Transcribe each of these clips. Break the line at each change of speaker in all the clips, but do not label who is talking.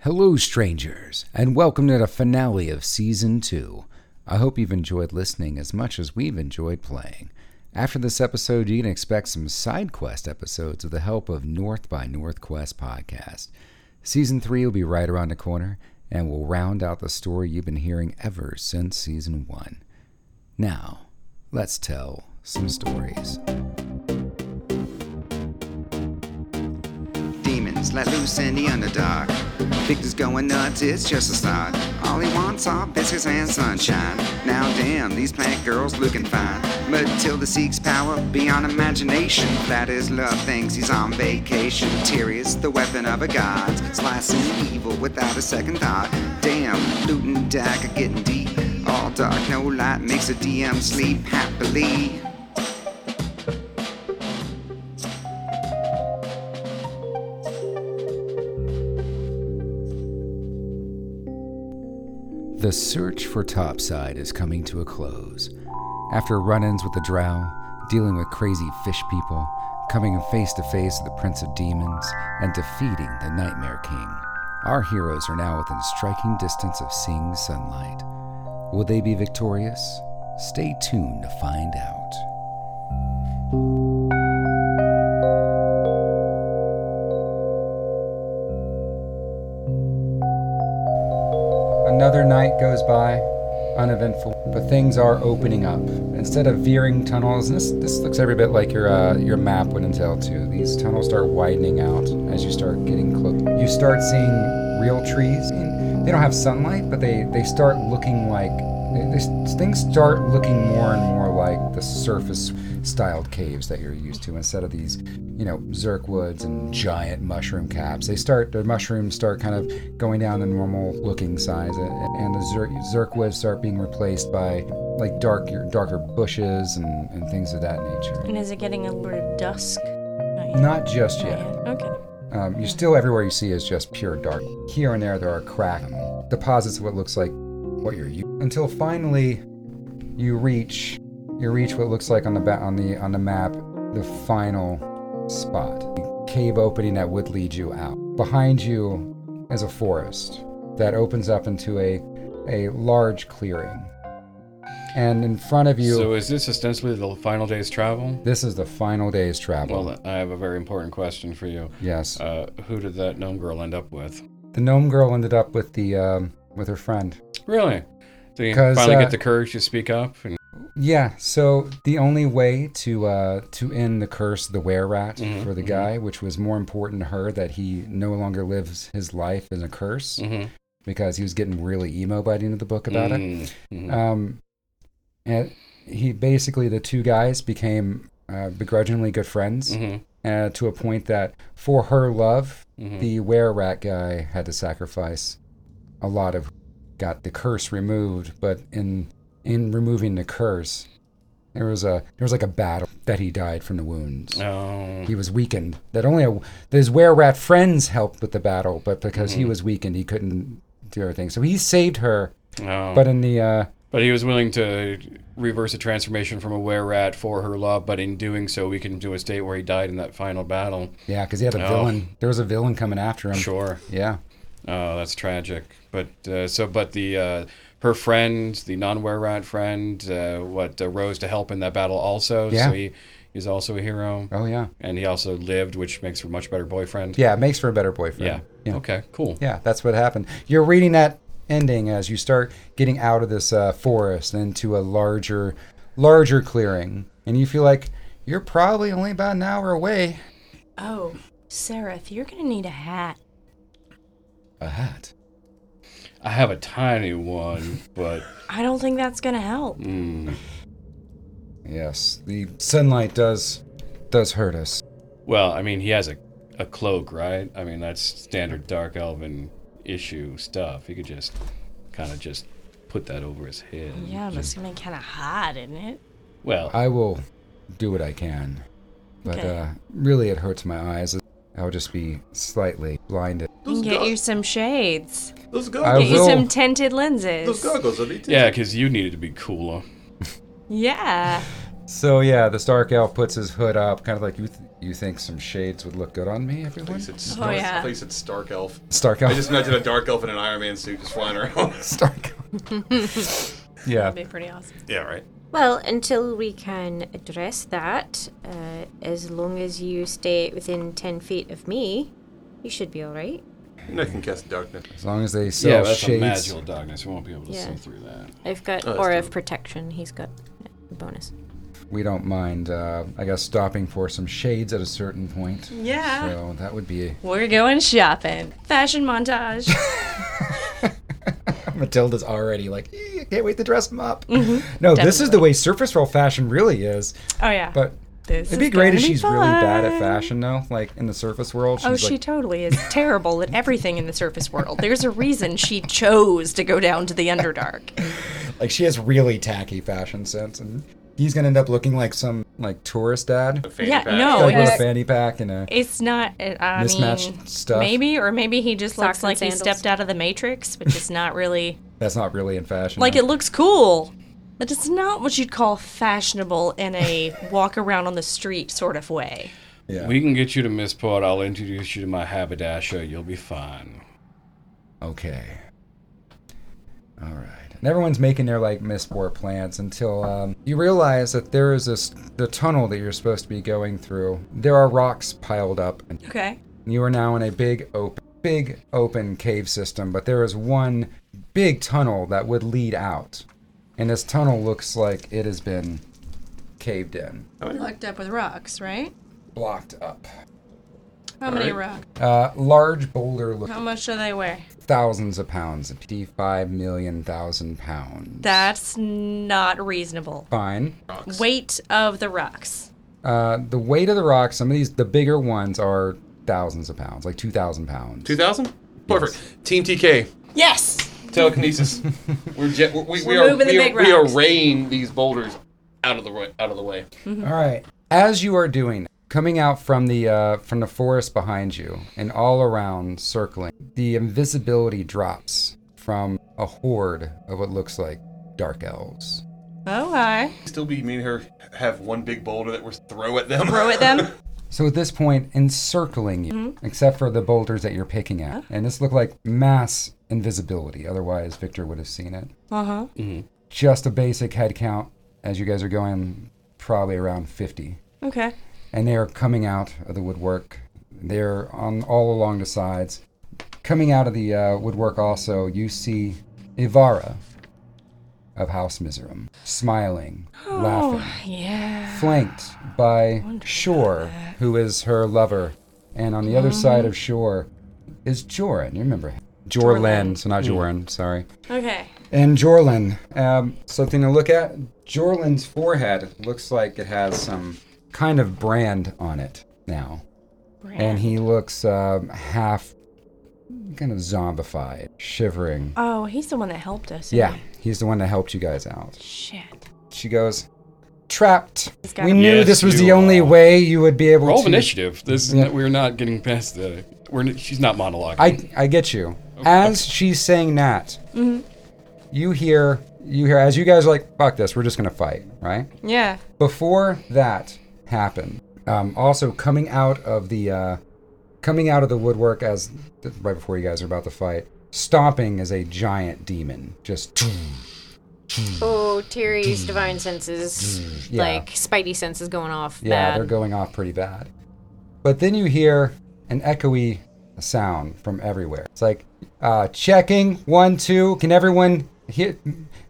Hello, strangers, and welcome to the finale of Season 2. I hope you've enjoyed listening as much as we've enjoyed playing. After this episode, you can expect some side quest episodes with the help of North by Northwest podcast. Season 3 will be right around the corner, and we'll round out the story you've been hearing ever since Season 1. Now, let's tell some stories.
demons let loose in the underdark. Victor's going nuts, it's just a start. All he wants are biscuits and sunshine. Now damn, these plant girls looking fine. Matilda seeks power beyond imagination. That is love thinks he's on vacation. Tyrius, the weapon of a god, slicing evil without a second thought. Damn, looting dagger getting deep. All dark, no light makes a DM sleep happily.
The search for topside is coming to a close. After run ins with the drow, dealing with crazy fish people, coming face to face with the Prince of Demons, and defeating the Nightmare King, our heroes are now within striking distance of seeing sunlight. Will they be victorious? Stay tuned to find out. Another night goes by, uneventful, but things are opening up. Instead of veering tunnels, and this this looks every bit like your uh, your map would entail too. These tunnels start widening out as you start getting close. You start seeing real trees. And they don't have sunlight, but they they start looking like they, they, things start looking more and more like the surface styled caves that you're used to instead of these you know zirk woods and giant mushroom caps they start the mushrooms start kind of going down the normal looking size and and the zirk, zirk woods start being replaced by like darker darker bushes and, and things of that nature
And is it getting a sort of dusk? Not yet.
not just
Not
yet
yet. Okay.
um, you're still everywhere you see is just pure dark. Here and there, there are crack deposits of what looks like what you're used. Until finally, you reach you reach what looks like on the ba- on the on the map the final spot, the cave opening that would lead you out. Behind you is a forest that opens up into a a large clearing, and in front of you,
So is this ostensibly the final day's travel?
this is the final day's travel.
Well, uh, I have a very important question for you.
yes,
Uh, who did that gnome girl end up with?
the gnome girl ended up with the um, with her friend.
Really? Did you
'Cause,
finally
uh,
get the courage to speak up? And,
Yeah, so the only way to uh, to end the curse of the were rat
Mhm,
for the
mhm.
guy, which was more important to her, that he no longer lives his life as a curse
Mhm.
because he was getting really emo by the end of the book about it.
Mm, mhm.
Um, and he basically the two guys became uh, begrudgingly good friends
Mhm,
uh, to a point that for her love,
mhm.
the were rat guy had to sacrifice a lot of got the curse removed but in in removing the curse there was a there was like a battle that he died from the wounds
Oh.
he was weakened that only a, his were rat friends helped with the battle but because
Mm-hmm.
he was weakened he couldn't do everything so he saved her
oh.
but in the uh
But he was willing to reverse a transformation from a were rat for her love, but in doing so, we can do a state where he died in that final battle.
yeah because he had a
Oh.
villain there was a villain coming after him
Sure.
yeah
Oh, that's tragic. But uh, so, but the uh, her friend, the non-were rat friend, uh, what uh, rose to help in that battle also.
Yeah.
So he is also a hero,
oh yeah
and he also lived, which makes for a much better boyfriend.
yeah it makes for a better boyfriend
Yeah. Okay. Cool.
Yeah, that's what happened. You're reading that ending as you start getting out of this uh, forest and into a larger, larger clearing, and you feel like you're probably only about an hour away.
Oh, Sarah, if you're gonna need a hat.
A hat.
I have a tiny one, but
I don't think that's gonna help.
mm.
Yes, the sunlight does does hurt us.
well, I mean, he has a a cloak, right? I mean, that's standard dark elven issue stuff. He could just kind of just put that over his head.
Yeah, but it's gonna be kind of hot, isn't it?
Well,
I will do what I can, but
Okay.
uh, really it hurts my eyes. I'll just be slightly blinded.
We can
Those
get
gar-
you some shades.
Those
I
Get
gargoyles.
you
will-
some tinted
Those
lenses.
gargoyles are they?
yeah, because you needed to be cooler.
Yeah.
So yeah, the Stark Elf puts his hood up, kind of like you. Th- you think some shades would look good on me, everyone?
Place it,
Oh, yeah.
place it Stark Elf.
Stark Elf.
I just imagine a Dark Elf in an Iron Man suit just flying around.
Stark. yeah.
That'd be pretty awesome.
yeah, right.
Well, until we can address that, uh, as long as you stay within 10 feet of me, you should be alright.
And I can cast Darkness.
As long as they sell
Yeah, that's a
shades.
magical darkness. We won't be able to
Yeah.
see through that.
I've got
Oh, that's
Aura
dope.
of Protection. He's got a bonus.
we don't mind, uh, I guess, stopping for some shades at a certain point.
Yeah.
So that would be.
We're going shopping. Fashion montage.
Matilda's already like, "Eh, I can't wait to dress them up.
Mm-hmm.
no, this is the way surface roll fashion really is.
Oh yeah.
But
this
it'd
is
be great if
gonna be
she's really bad at
fun.
fashion, though. Like in the surface world, she's
Oh,
like,
she totally is terrible at everything in the surface world. There's a reason she chose to go down to the Underdark.
like she has really tacky fashion sense, and he's gonna end up looking like some like tourist dad,
Fanny
Yeah,
pack.
no. Oh,
like with a
it's-
fanny pack and a.
It's not. uh, I
Mismatched
mean,
stuff.
Maybe, or maybe he just
Socks
looks like he
and sandals.
stepped out of the Matrix, which is not really
That's not really in fashion.
like
though.
it looks cool. But it's not what you'd call fashionable in a walk around on the street sort of way.
Yeah.
We can get you to Missport. I'll introduce you to my haberdasher. You'll be fine.
Okay. All right. And everyone's making their like misport plans until um, you realize that there is this the tunnel that you're supposed to be going through. There are rocks piled up, and
Okay.
you are now in a big open big open cave system. But there is one big tunnel that would lead out, and this tunnel looks like it has been caved in,
Locked up with rocks, right?
blocked up.
How many rocks?
Uh, large boulder looking,
How much do they weigh?
thousands of pounds, 55 million thousand pounds.
That's not reasonable.
Fine.
Weight of the rocks.
Uh, the weight of the rocks, some of these, the bigger ones are thousands of pounds, like 2,000 pounds.
2000? Perfect. Team TK.
Yes.
Telekinesis. we're jet, we, we, we
We're
are,
moving the
we,
big
are, we are
rocks.
raying these boulders out of the way, out of the way.
All right. As you are doing, coming out from the uh, from the forest behind you and all around, circling, the invisibility drops from a horde of what looks like dark elves.
Oh, I
Still be me and her have one big boulder that we're throw at them.
throw at them.
So at this point, encircling you, except for the boulders that you're picking at, and this looked like mass invisibility. Otherwise, Victor would have seen it.
Uh huh.
Just a basic head count, as you guys are going, probably around 50.
Okay.
and they are coming out of the woodwork. They're on all along the sides. Coming out of the uh, woodwork, also, you see Ivara of House Miserum, smiling, laughing,
Yeah.
flanked by Shore, who is her lover, and on the other side of Shore is Joran. You remember him? Jorlen, so not Joran. Sorry.
Okay.
And Jorlin, um, something to look at. Jorlin's forehead looks like it has some kind of brand on it now, and he looks um, half kind of zombified, shivering.
Oh, he's the one that helped us.
Yeah, he's the one that helped you guys out.
Shit.
She goes, "Trapped.
He's got
We knew
Yes,
this was
you
the only
are.
way you would be able
Roll
to."
initiative. This is
Yeah.
not, we're not getting past the. We're n- she's not monologuing.
I I get you. As she's saying that,
Mm-hmm.
you hear you hear as you guys are like, "Fuck this, we're just gonna fight," right?
Yeah.
before that happened, um, also coming out of the uh, coming out of the woodwork as right before you guys are about to fight, stomping is a giant demon. Just
Oh, Terry's divine senses,
Yeah.
like Spidey senses going off.
yeah,
bad.
they're going off pretty bad. But then you hear an echoey sound from everywhere. It's like uh, checking one two. Can everyone hear?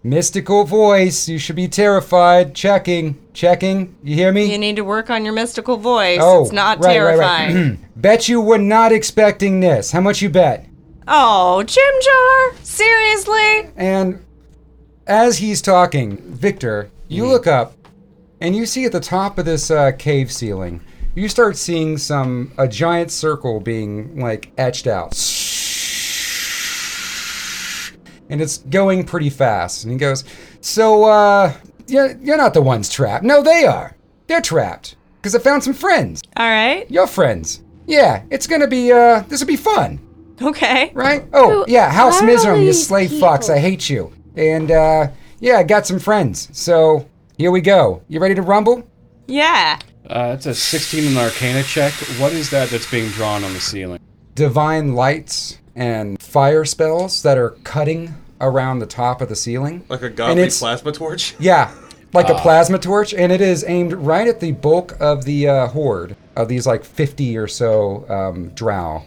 Mystical voice. You should be terrified. Checking, checking. You hear me?
You need to work on your mystical voice.
Oh,
it's not
right, right, right.
terrifying.
Bet you were not expecting this. How much you bet?
oh, Jim Jar! Seriously?
And as he's talking, Victor, you
Mm-hmm.
look up and you see at the top of this uh, cave ceiling, you start seeing some a giant circle being like etched out. And it's going pretty fast. And he goes, "So uh you're, you're not the ones trapped. No, they are. They're trapped because I found some friends.
All right.
Your friends. Yeah, it's going to be uh this will be fun."
Okay.
right? Oh,
Who
yeah, House
are
Miserum, you
these
slave fox,
people?
I hate you. And, uh, yeah, I got some friends. So, Here we go. You ready to rumble?
Yeah.
Uh, it's a 16 in Arcana check. What is that that's being drawn on the ceiling?
Divine lights and fire spells that are cutting around the top of the ceiling.
Like a
And
godly
it's-
plasma torch?
Yeah, like a plasma torch, and it is aimed right at the bulk of the uh, horde of these like 50 or so um, drow.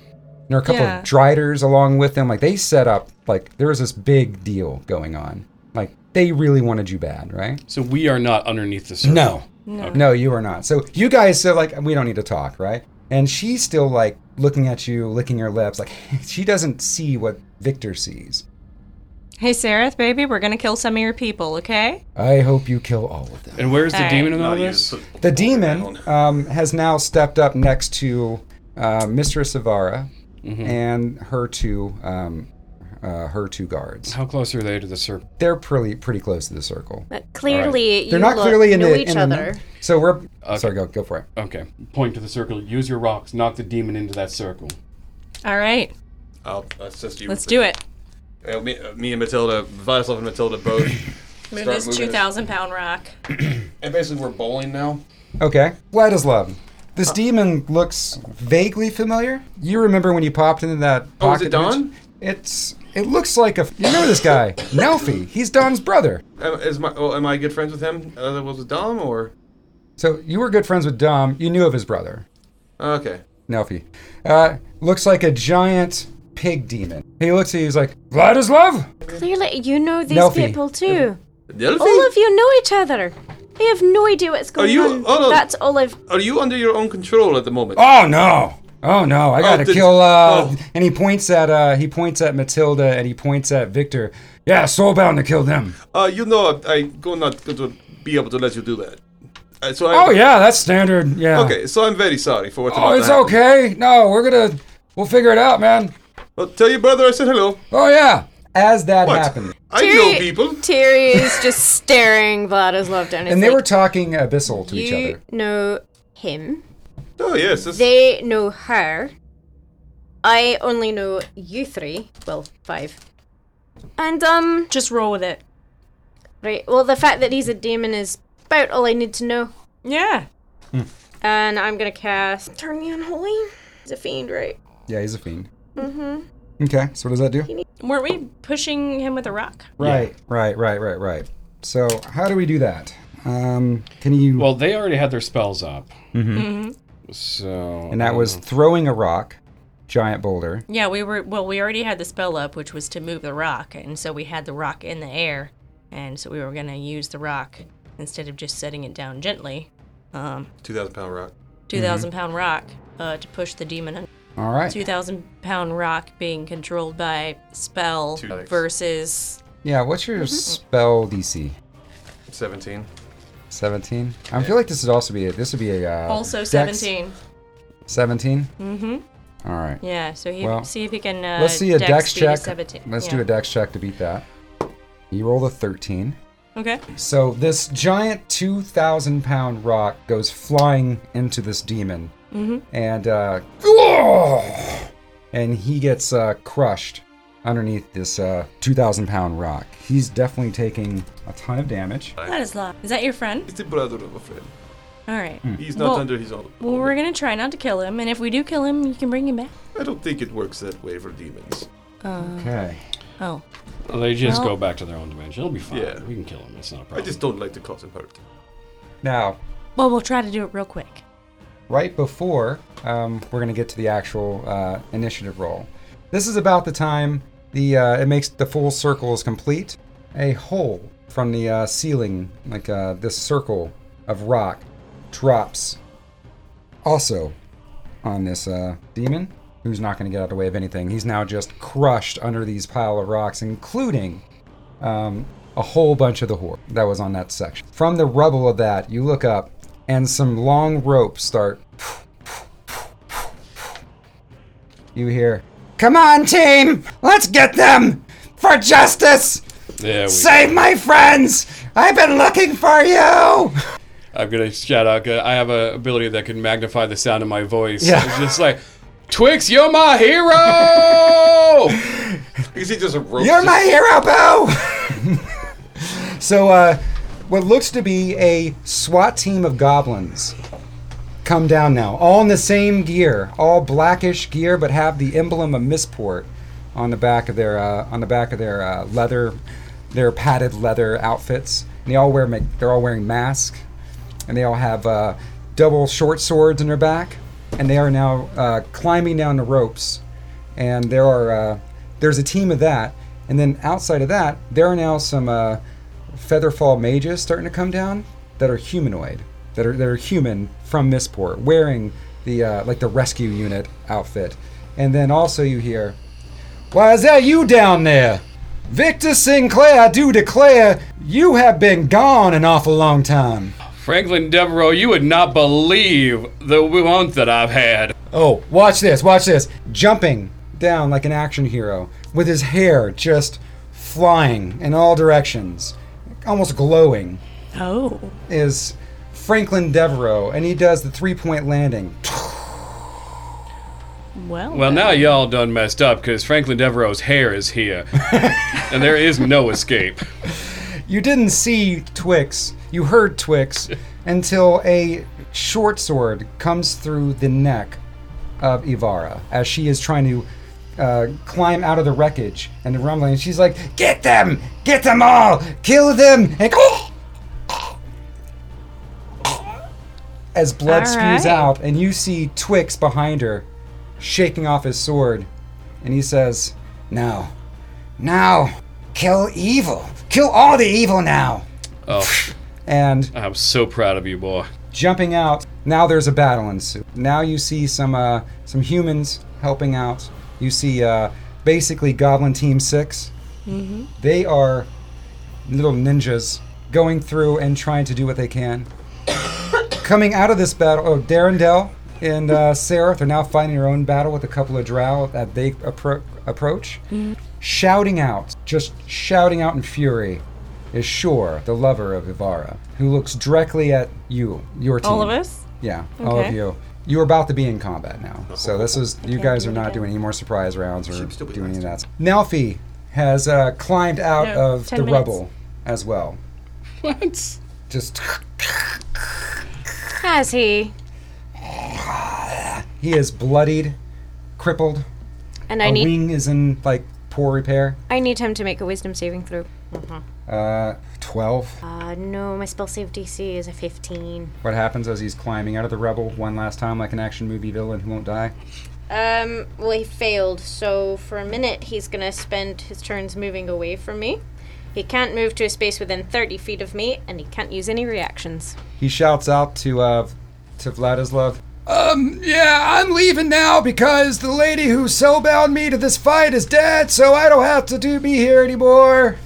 And there are a couple
Yeah.
of driders along with them. Like they set up, like there was this big deal going on. Like they really wanted you bad, right?
So we are not underneath the circle.
No.
No.
No, you are not. So you guys, so like, we don't need to talk, right? And she's still like looking at you, licking her lips. Like she doesn't see what Victor sees.
Hey, Sereth, baby, we're gonna kill some of your people, okay?
I hope you kill all of them.
And where's the
All right.
demon in all
you
this?
just put-
The
I
demon
don't-
um, has now stepped up next to uh, Mistress Avara
Mm-hmm.
and her two um, uh, her two guards.
How close are they to the circle?
They're pretty pretty close to the circle.
But clearly, you
They're not
look-
clearly in
know
the,
each
in the-
other.
so we're sorry. Go go for it.
Okay. Point to the circle. Use your rocks. Knock the demon into that circle.
All right,
I'll assist Oh, you.
let's do it.
Uh, me, uh, me and Matilda, Vladislav and Matilda both.
Move
start
this
moving
two thousand pound rock.
And basically, we're bowling now.
Okay, Vladislav.
Uh.
This demon looks vaguely familiar. You remember when you popped into that
Oh, is
pocket?
it
dimension?
Don?
It's it looks like a. You remember this guy, Nelfi? He's Don's brother.
Am, is my, well, am I good friends with him? Uh, was it Dom or?
So you were good friends with Dom. You knew of his brother.
Okay.
Nelfi. Uh, looks like a giant pig demon. He looks at you, he's like, Vladislav?
Clearly, you know these
Nelfie.
people too.
Delphi?
All of you know each other. They have no idea what's going
you-
on.
hold on.
That's all I've.
Are you under your own control at the moment?
Oh no. Oh no, I gotta
did-
kill uh
oh.
and he points at uh he points at Matilda and he points at Victor. Yeah, soulbound to kill them.
Uh, you know, I, I go not going to be able to let you do that. Uh, so I,
Oh yeah, that's standard. Yeah.
Okay, so I'm very sorry for what's
Oh,
about
it's
to happen.
okay. No, we're gonna we'll figure it out, man.
Well, tell your brother I said hello.
Oh yeah. As that
What?
happened.
I know people.
Terry is just staring Vladislav down. It's
And they were
like,
talking abyssal to
you
each other.
know him.
Oh yes, this,
They know her. I only know you three. Well, five. And um,
Just roll with it.
right. Well, the fact that he's a demon is about all I need to know.
Yeah.
And I'm gonna cast Turn Me Unholy. It's a fiend, right?
Yeah, he's a fiend. Mm-hmm. Okay, so what does that do?
Weren't we pushing him with a rock?
Right, right, right, right, right. So how do we do that? Um, can you?
Well, they already had their spells up. Mm-hmm. So.
and that was throwing a rock, giant boulder.
Yeah, we were. Well, we already had the spell up, which was to move the rock, and so we had the rock in the air, and so we were gonna use the rock instead of just setting it down gently. Um,
two thousand pound rock.
Mm-hmm.
two thousand pound rock uh, to push the demon. Un-
All right.
two thousand pound rock being controlled by spell
Two dice.
versus
Yeah. What's
Mm-hmm.
your spell DC?
Seventeen.
Seventeen. I feel like this would also be a, this would be a
Oh.
uh,
also
dex-
seventeen.
17? Mm-hmm. All right.
Yeah, so he
Well,
see if he can. Uh,
Let's see a dex,
beat a
check.
17.
Let's
yeah.
do a dex check to beat that. You roll a thirteen.
Okay.
So this giant 2,000 pound rock goes flying into this demon, and uh, and he gets uh, crushed underneath this uh, 2,000 pound rock. He's definitely taking a ton of damage.
That is love. Is that your friend?
He's the brother of a friend.
All right.
Hmm.
He's not
Well-
under his own.
Well, we're gonna try not to kill him, and if we do kill him, you can bring him back.
I don't think it works that way for demons.
Okay.
Oh.
They just
Well-
go back to their own dimension. It'll be fine.
Yeah.
We can kill him. It's not a
I
problem.
just don't like to cause him hurt.
Now,
Well, we'll try to do it real quick.
right before um, we're going to get to the actual uh, initiative roll. This is about the time the uh, it makes the full circle is complete. A hole from the uh, ceiling, like uh, this circle of rock, drops. Also, on this uh, demon, who's not going to get out of the way of anything. He's now just crushed under these pile of rocks, including um, a whole bunch of the horde that was on that section. From the rubble of that, you look up, and some long ropes start. You hear, "Come on, team! Let's get them for justice!
There we
Save my friends! I've been looking for you!"
I'm gonna shout out. 'cause I have a ability that can magnify the sound of my voice.
Yeah.
It's just like, Twix, you're my hero.
Is he just a rope?
You're my hero, Boo! so, uh, what looks to be a SWAT team of goblins come down now, all in the same gear, all blackish gear, but have the emblem of Misport on the back of their uh, on the back of their uh, leather, their padded leather outfits. And they all wear ma- they're all wearing masks, and they all have uh, double short swords in their back, and they are now uh, climbing down the ropes. And there are uh, there's a team of that, and then outside of that, there are now some. Uh, Featherfall mages starting to come down that are humanoid, that are that are human from Misport, wearing the uh, like the rescue unit outfit, and then also you hear, "Why is that you down there, Victor Sinclair? I do declare you have been gone an awful long time."
Franklin Devereaux, you would not believe the want that I've had.
Oh, watch this, watch this. Jumping down like an action hero with his hair just flying in all directions, almost glowing.
Oh.
is Franklin Devereaux, and he does the three point landing.
Well.
Well, now y'all done messed up because Franklin Devereaux's hair is here, and there is no escape.
You didn't see Twix, you heard Twix until a short sword comes through the neck of Ivara as she is trying to uh, climb out of the wreckage and the rumbling. And she's like, Get them! Get them all! Kill them! And as blood
All
spews
right.
out, and you see Twix behind her shaking off his sword. And he says, Now, now, kill evil! Kill all the evil now!
Oh,
And
I'm so proud of you, boy.
jumping out. Now there's a battle ensue. Now you see some uh, some humans helping out. You see uh, basically Goblin Team 6 They are little ninjas going through and trying to do what they can. Coming out of this battle, oh, Darendel and uh, Seraph are now fighting their own battle with a couple of drow that they appro- approach.
Mm-hmm.
Shouting out, just shouting out in fury, is Shore, the lover of Ivara, who looks directly at you, your team.
all of us.
Yeah, all of
Okay.
you. You are about to be in combat now. So this is you guys are not doing any more surprise rounds or
still be
doing any of
last.
that. Nelfi has uh, climbed out
No,
of the
10 minutes.
rubble as well.
What?
Just
Has he?
he is bloodied, crippled.
And
A
I need
wing is in like poor repair.
I need him to make a wisdom saving throw.
Uh, twelve.
Uh, no, my spell save DC is a 15.
What happens as he's climbing out of the rubble one last time, like an action movie villain who won't die?
Um, well, he failed, so for a minute he's gonna spend his turns moving away from me. He can't move to a space within 30 feet of me, and he can't use any reactions.
He shouts out to uh, to Vladislav. Um, yeah, I'm leaving now because the lady who so bound me to this fight is dead, so I don't have to do be here anymore.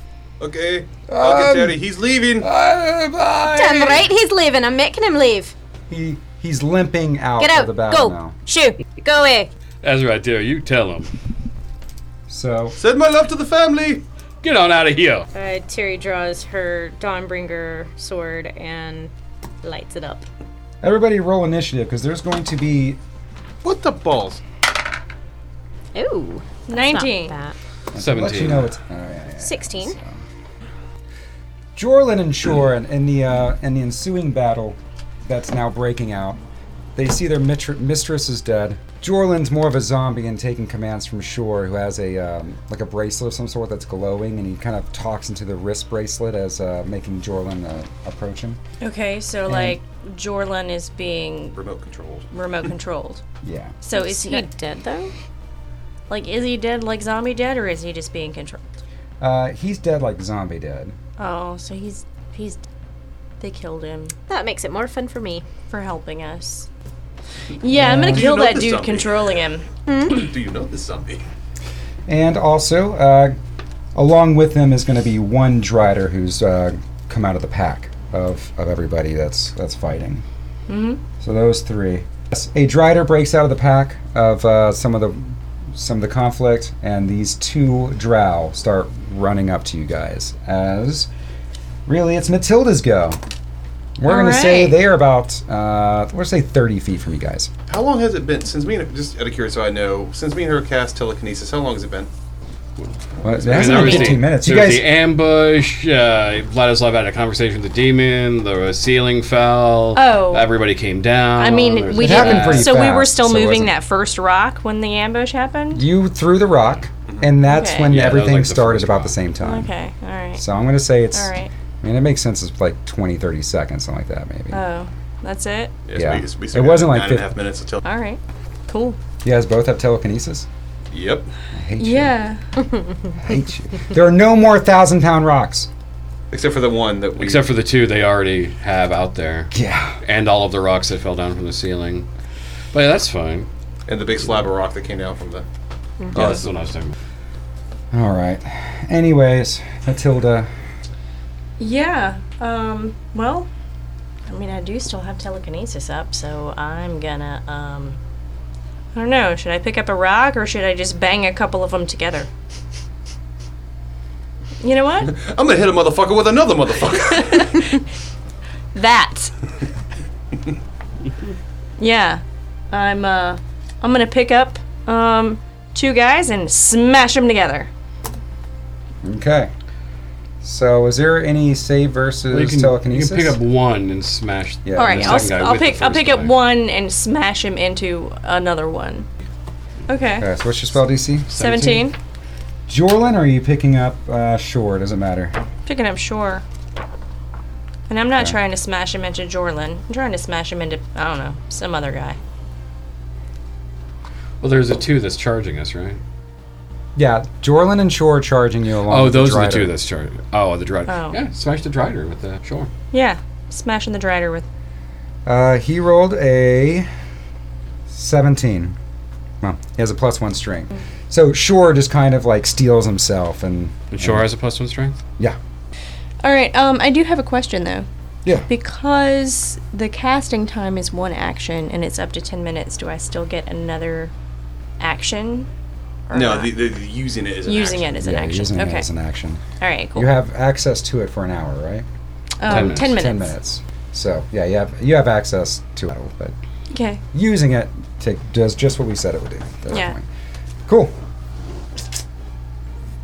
Okay. Okay,
Um,
Terry, he's leaving.
Uh, bye.
Damn right, he's leaving. I'm making him leave.
He he's limping out,
Get
of the
out.
battle
Go.
now.
Shoo. Go away.
That's right there. You tell him.
So
Send my love to the family.
Get on out of here.
Uh, Terry draws her Dawnbringer sword and lights it up.
everybody roll initiative because there's going to be
What the balls?
Ooh.
Nineteen.
That.
let you
Seventeen.
know it's oh, yeah, yeah.
16.
Jorlin and Shore in, in the uh, in the ensuing battle that's now breaking out, they see their mitr- mistress is dead. Jorlin's more of a zombie and taking commands from Shore, who has a um, like a bracelet of some sort that's glowing, and he kind of talks into the wrist bracelet as uh, making Jorlin uh, approach him.
Okay, so like Jorlan is being
Remote controlled.
remote controlled.
Yeah.
So is
He
he
dead, though?
like is he dead like zombie dead or is he just being controlled?
Uh, he's dead like zombie dead.
Oh, so he's he's they killed him
That makes it more fun for me.
for helping us. Yeah, I'm gonna
you
kill
know
that
the
dude
zombie?
controlling him.
Do you know this zombie?
And also, uh, along with them is going to be one Drider who's uh, come out of the pack of, of everybody that's that's fighting. Mm-hmm. So those three. Yes, A Drider breaks out of the pack of uh, some of the some of the conflict, and these two Drow start running up to you guys. As really, it's Matilda's go. We're
All
going to say
right.
they are about uh, we're gonna say thirty feet from you guys.
How long has it been since me and just out of curiosity, I know since me and her cast telekinesis? How long has it been?
Well, it
And
hasn't
there
been
was the-
15 minutes. You
there was
guys,
the ambush. Uh, Vladislav had a conversation with the demon. The ceiling fell.
Oh.
everybody came down.
I mean,
there was
we
It happened
didn't.
pretty
so we were
fast,
still
so it
moving
wasn't-
that first rock when the ambush happened.
you threw the rock, and that's
Okay.
when
Mm-hmm. Yeah, that was
everything
like the
started
first
about
rock.
the same time.
Okay, all right,
So I'm going to say it's,
all right.
I mean, it makes sense it's like 20, 30 seconds, something like that,
Uh.
maybe.
Oh, that's it.
Yes,
Yeah.
we- yes, we
It
still got
wasn't like
nine and a
fif-
half minutes until.
All right, cool.
you guys both have telekinesis?
Yep.
I hate you. I hate you. There are no more thousand pound rocks.
Except for the one that we.
except for the two they already have out there,
Yeah.
and all of the rocks that fell down from the ceiling. But yeah, that's fine.
and the big slab of rock that came down from the.
Yeah, that's what I was talking. about.
All right. Anyways, Matilda,
Yeah. Um. Well, I mean, I do still have telekinesis up, so I'm gonna. Um. I don't know. Should I pick up a rock or should I just bang a couple of them together? You know what?
I'm gonna hit a motherfucker with another motherfucker.
that. yeah, I'm. Uh, I'm gonna pick up um two guys and smash them together.
Okay. So, is there any save versus
Well, you, can, you
telekinesis?
can pick up one and smash.
Yeah.
All right,
the
I'll,
second Oh, guy
I'll
with the
pick. I'll
first
pick
guy.
up one and smash him into another one. Okay.
Okay, so what's your spell DC?
17.
Jorlin, or are you picking up uh, Shore? Doesn't matter.
Picking up Shore. And I'm not
Okay.
trying to smash him into Jorlin. I'm trying to smash him into, I don't know, some other guy.
Well, there's a two that's charging us, right?
Yeah, Jorlin and Shore are charging you along.
Oh,
with
those are the
Drider.
two that's charging. Oh, the drider.
Oh.
Yeah, smash the drider with the sure.
Yeah, smashing the Drider with.
Uh, he rolled a 17. Well, he has a plus one string. So Shore just kind of like steals himself and
And sure has a plus one strength.
All right, um, I do have a question though.
Yeah.
Because the casting time is one action and it's up to 10 minutes, do I still get another action? Or
no,
not?
the, the, the using it is an
using
action.
it as an
yeah,
action.
using
okay.
it as an action.
All right, cool.
You have access to it for an hour, right?
um, 10 minutes.
Ten minutes. So yeah, you have you have access to it, but
Okay.
using it to, does just what we said it would do. at that
Yeah.
point. Cool.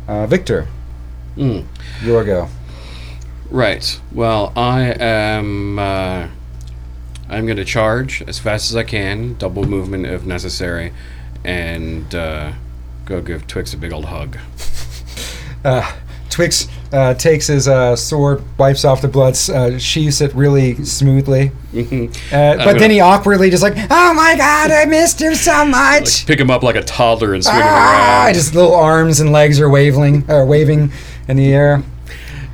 Uh, Victor,
Mm.
your go.
Right. Well, I am. Uh, I'm going to charge as fast as I can, double movement if necessary, and uh, go give Twix a big old hug.
Uh, Twix uh, takes his uh, sword, wipes off the blood, s- uh, sheaths it really smoothly. Uh, but
Mm-hmm. gonna-
then he awkwardly just like, oh my god, I missed him so much.
Pick him up like a toddler and swing him
ah,
around.
just little arms and legs are waving, or waving in the air.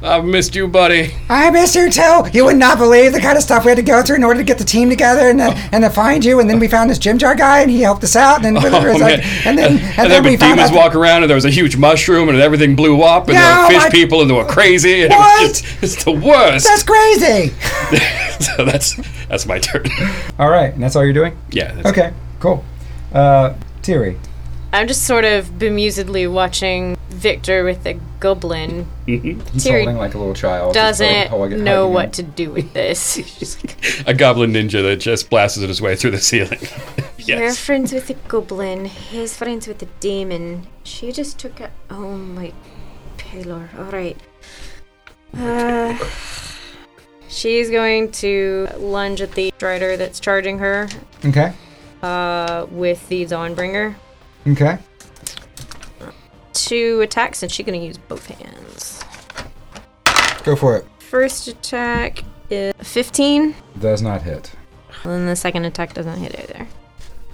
I've missed you, buddy.
I missed you too. You would not believe the kind of stuff we had to go through in order to get the team together and uh, and to find you. And then we found this gym jar guy, and he helped us out. And then,
Oh. Oh,
it was
man.
like, and then, and then
the
we found
demons
out.
walk around, and there was a huge mushroom, and everything blew up, and there
No,
were fish
my-
people, and they were crazy. and it
What?
was just- it's the worst.
That's crazy.
so that's that's my turn.
All right, and that's all you're doing.
yeah. That's
Okay, cool. Uh, Thierry.
I'm just sort of bemusedly watching Victor with the goblin.
He's
Thierry
holding like a little child. Just like, oh,
Doesn't
hug- hugging
know
him.
what to do with this. He's just like,
A goblin ninja that just blasts his way through the ceiling.
You're
yes.
friends with the goblin. He's friends with the demon. She just took a. Oh my pillar. Alright. Uh, she's going to lunge at the rider that's charging her
Okay.
uh, with the Dawnbringer.
Okay.
Two attacks, and she's going to use both hands.
Go for it.
First attack is 15,
Does not hit.
and the second attack doesn't hit either.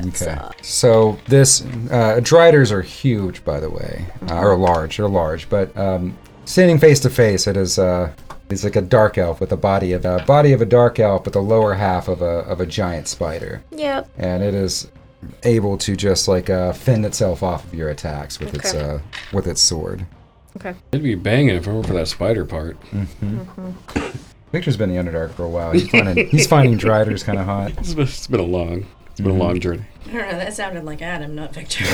Okay. So this uh, driders are huge, by the way, uh,
Mm-hmm.
or large. They're large, but um, standing face to face, it is uh, it's like a dark elf with a body of a body of a dark elf, with the lower half of a of a giant spider,
Yep.
and it is able to just like uh, fend itself off of your attacks with its
Okay.
uh, with its sword.
It'd be banging if it were for that spider part.
Mm. Victor's been in the Underdark for a while. He's finding he's finding driders kind of hot.
It's been, it's been a long, it's been a
Mm.
long journey.
I don't know, that sounded like Adam, not Victor.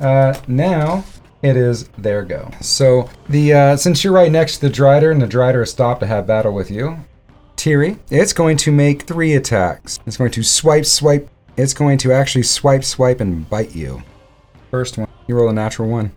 Uh, now it is their go. So the uh, since you're right next to the Drider and the Drider has stopped to have battle with you, Tiri, it's going to make three attacks. It's going to swipe, swipe. It's going to actually swipe, swipe, and bite you. First one You roll a natural one.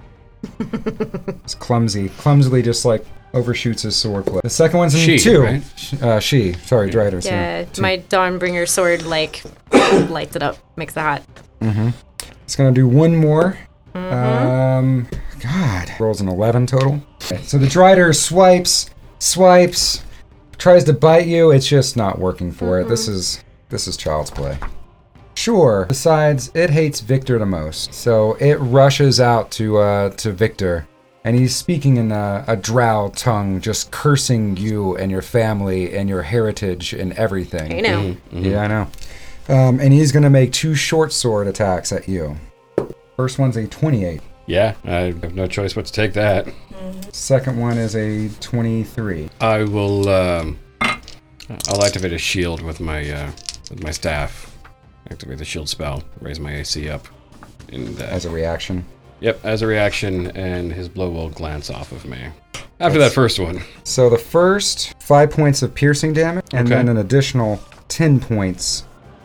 it's clumsy. Clumsily just like overshoots his sword play. The second one's a
She,
two.
right?
Sh- Uh, she. Sorry, Dryder.
Yeah, my Dawnbringer sword like lights it up, makes it hot.
It's gonna do one more. Um, God, rolls an eleven total. Okay, so the Drider swipes, swipes, tries to bite you. It's just not working for it. This is this is child's play. Sure. Besides, it hates Victor the most, so it rushes out to uh, to Victor, and he's speaking in a, a Drow tongue, just cursing you and your family and your heritage and everything.
You know,
Yeah, I know. Mm-hmm. Um, and he's going to make two short sword attacks at you. First one's a 28.
Yeah, I have no choice but to take that.
Second one is a 23.
I will. Um, I'll activate a shield with my uh, with my staff. Activate the shield spell. Raise my AC up. And, uh,
As a reaction,
yep, as a reaction, and his blow will glance off of me. After that first one,
so the first five points of piercing damage, and
Okay.
then an additional ten points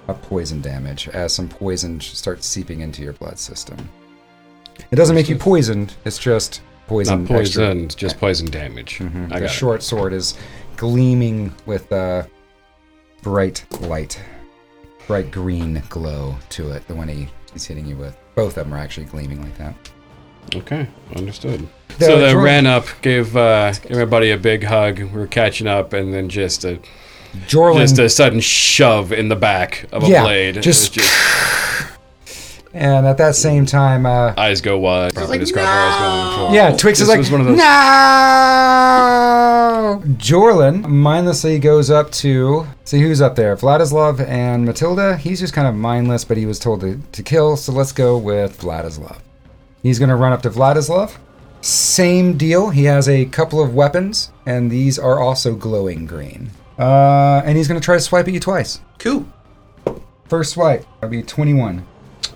of poison damage as some poison sh- starts seeping into your blood system. It doesn't make you poisoned; it's just poison.
not
extra. Mm-hmm.
poison, just poison damage. Mm-hmm. I
the
got
short sword is gleaming with a bright light, bright green glow to it. The one he, he's hitting you with. Both of them are actually gleaming like that.
it. Okay, understood.
The
so then
dro-
ran up, gave uh, gave my buddy a big hug. We were catching up, and then just a
Jorlin,
just a sudden shove in the back of a
Oh, Yeah,
blade. It
just-
was
and at that same time, uh,
eyes go wide. Probably describe where I was going for.
yeah, Twix
this
is like,
was one of those.
no. Jorlin mindlessly goes up to see who's up there. Vladislav and Matilda. He's just kind of mindless, but he was told to, to kill. So let's go with Vladislav. He's going to run up to Vladislav. Same deal. He has a couple of weapons, and these are also glowing green. Uh, and he's going to try to swipe at you twice.
Cool.
First swipe, that'll be 21.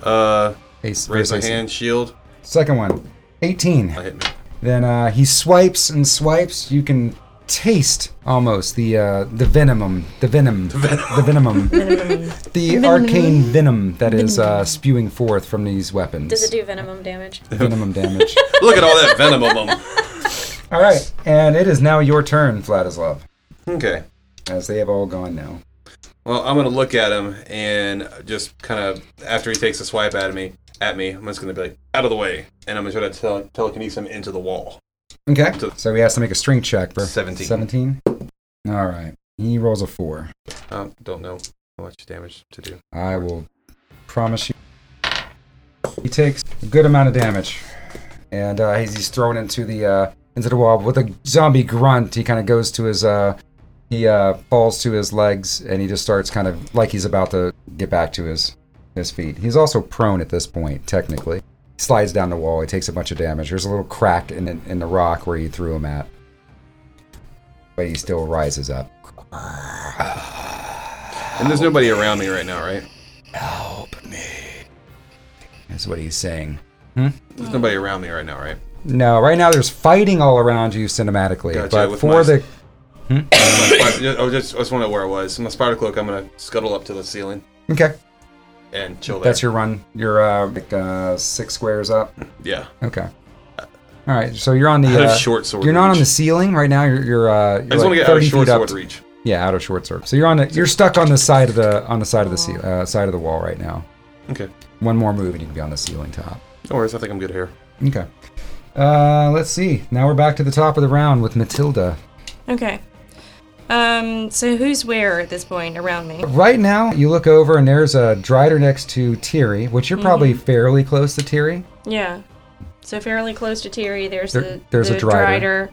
Uh,
Ace,
raise my
versus-
hand, shield.
Second one, 18.
I hit me.
Then uh, he swipes and swipes. You can taste almost the uh, the venomum, the venom, the venomum, the arcane venom that is uh, spewing forth from these weapons.
does it do venomum damage?
venomum damage?
Look at all that venom of 'em.
All right, and it is now your turn, Vladislav,
Okay.
as they have all gone now.
Well, I'm gonna look at him and just kind of after he takes a swipe at me, at me, I'm just gonna be like, out of the way, and I'm gonna try to tele- telekinesis him into the wall.
Okay, so he has to make a strength check for
17.
Seventeen. All right, he rolls a four.
Um, don't know how much damage to do.
I will promise you. He takes a good amount of damage, and uh, he's, he's thrown into the uh, into the wall with a zombie grunt. He kind of goes to his uh, he uh, falls to his legs, and he just starts kind of like he's about to get back to his his feet. He's also prone at this point, technically. He slides down the wall. He takes a bunch of damage. There's a little crack in in, in the rock where you threw him at, but he still rises up.
And there's nobody around me right now, right?
Help me. That's what he's saying.
There's
Hmm.
nobody around me right now, right?
No, right now there's fighting all around you cinematically.
Gotcha,
but
with
for
my-
the
I I was just I just wondering where I was. In my spider cloak, I'm gonna scuttle up to the ceiling
okay,
and chill there.
that's your run. You're uh, like, uh, six squares up.
yeah.
Okay. All right, so you're on
Out
the.
of
Uh,
short sword.
you're not on the
reach.
ceiling right now. You're you're. Uh, you're
I just want
like
to get out of
30
short
feet up
sword
to-
reach.
Yeah, out of short sword. So you're on the. You're stuck on the side of the on the side of the ce- uh, side of the wall right now.
Okay.
One more move and you can be on the ceiling top.
No worries. I think I'm good here.
Okay. Uh, let's see. Now we're back to the top of the round with Matilda.
Okay. Um, so who's where at this point around me?
Right now, you look over and there's a Drider next to Tiri, which you're probably
Mm-hmm.
fairly close to Tiri.
Yeah. So fairly close to Terry, there's
There-
the
there's a
the
Drider.
Drider.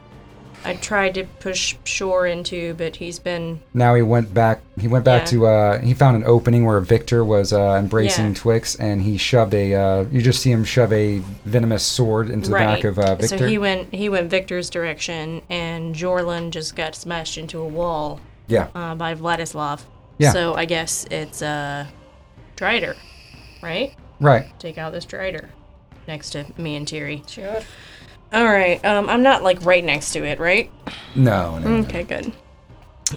I tried to push Shore into, but he's been
Now he went back. He went back
Yeah.
to. Uh, he found an opening where Victor was uh, embracing
Yeah.
Twix, and he shoved a. Uh, you just see him shove a venomous sword into the
right.
back of uh, Victor.
So he went he went Victor's direction, and Jorlin just got smashed into a wall
yeah.
uh, by Vladislav.
Yeah.
So I guess it's uh, Drider, right?
Right.
Take out this Drider next to me and Terry.
Sure.
All right. Um, I'm not like right next to it, right?
No. no, no.
Okay, good.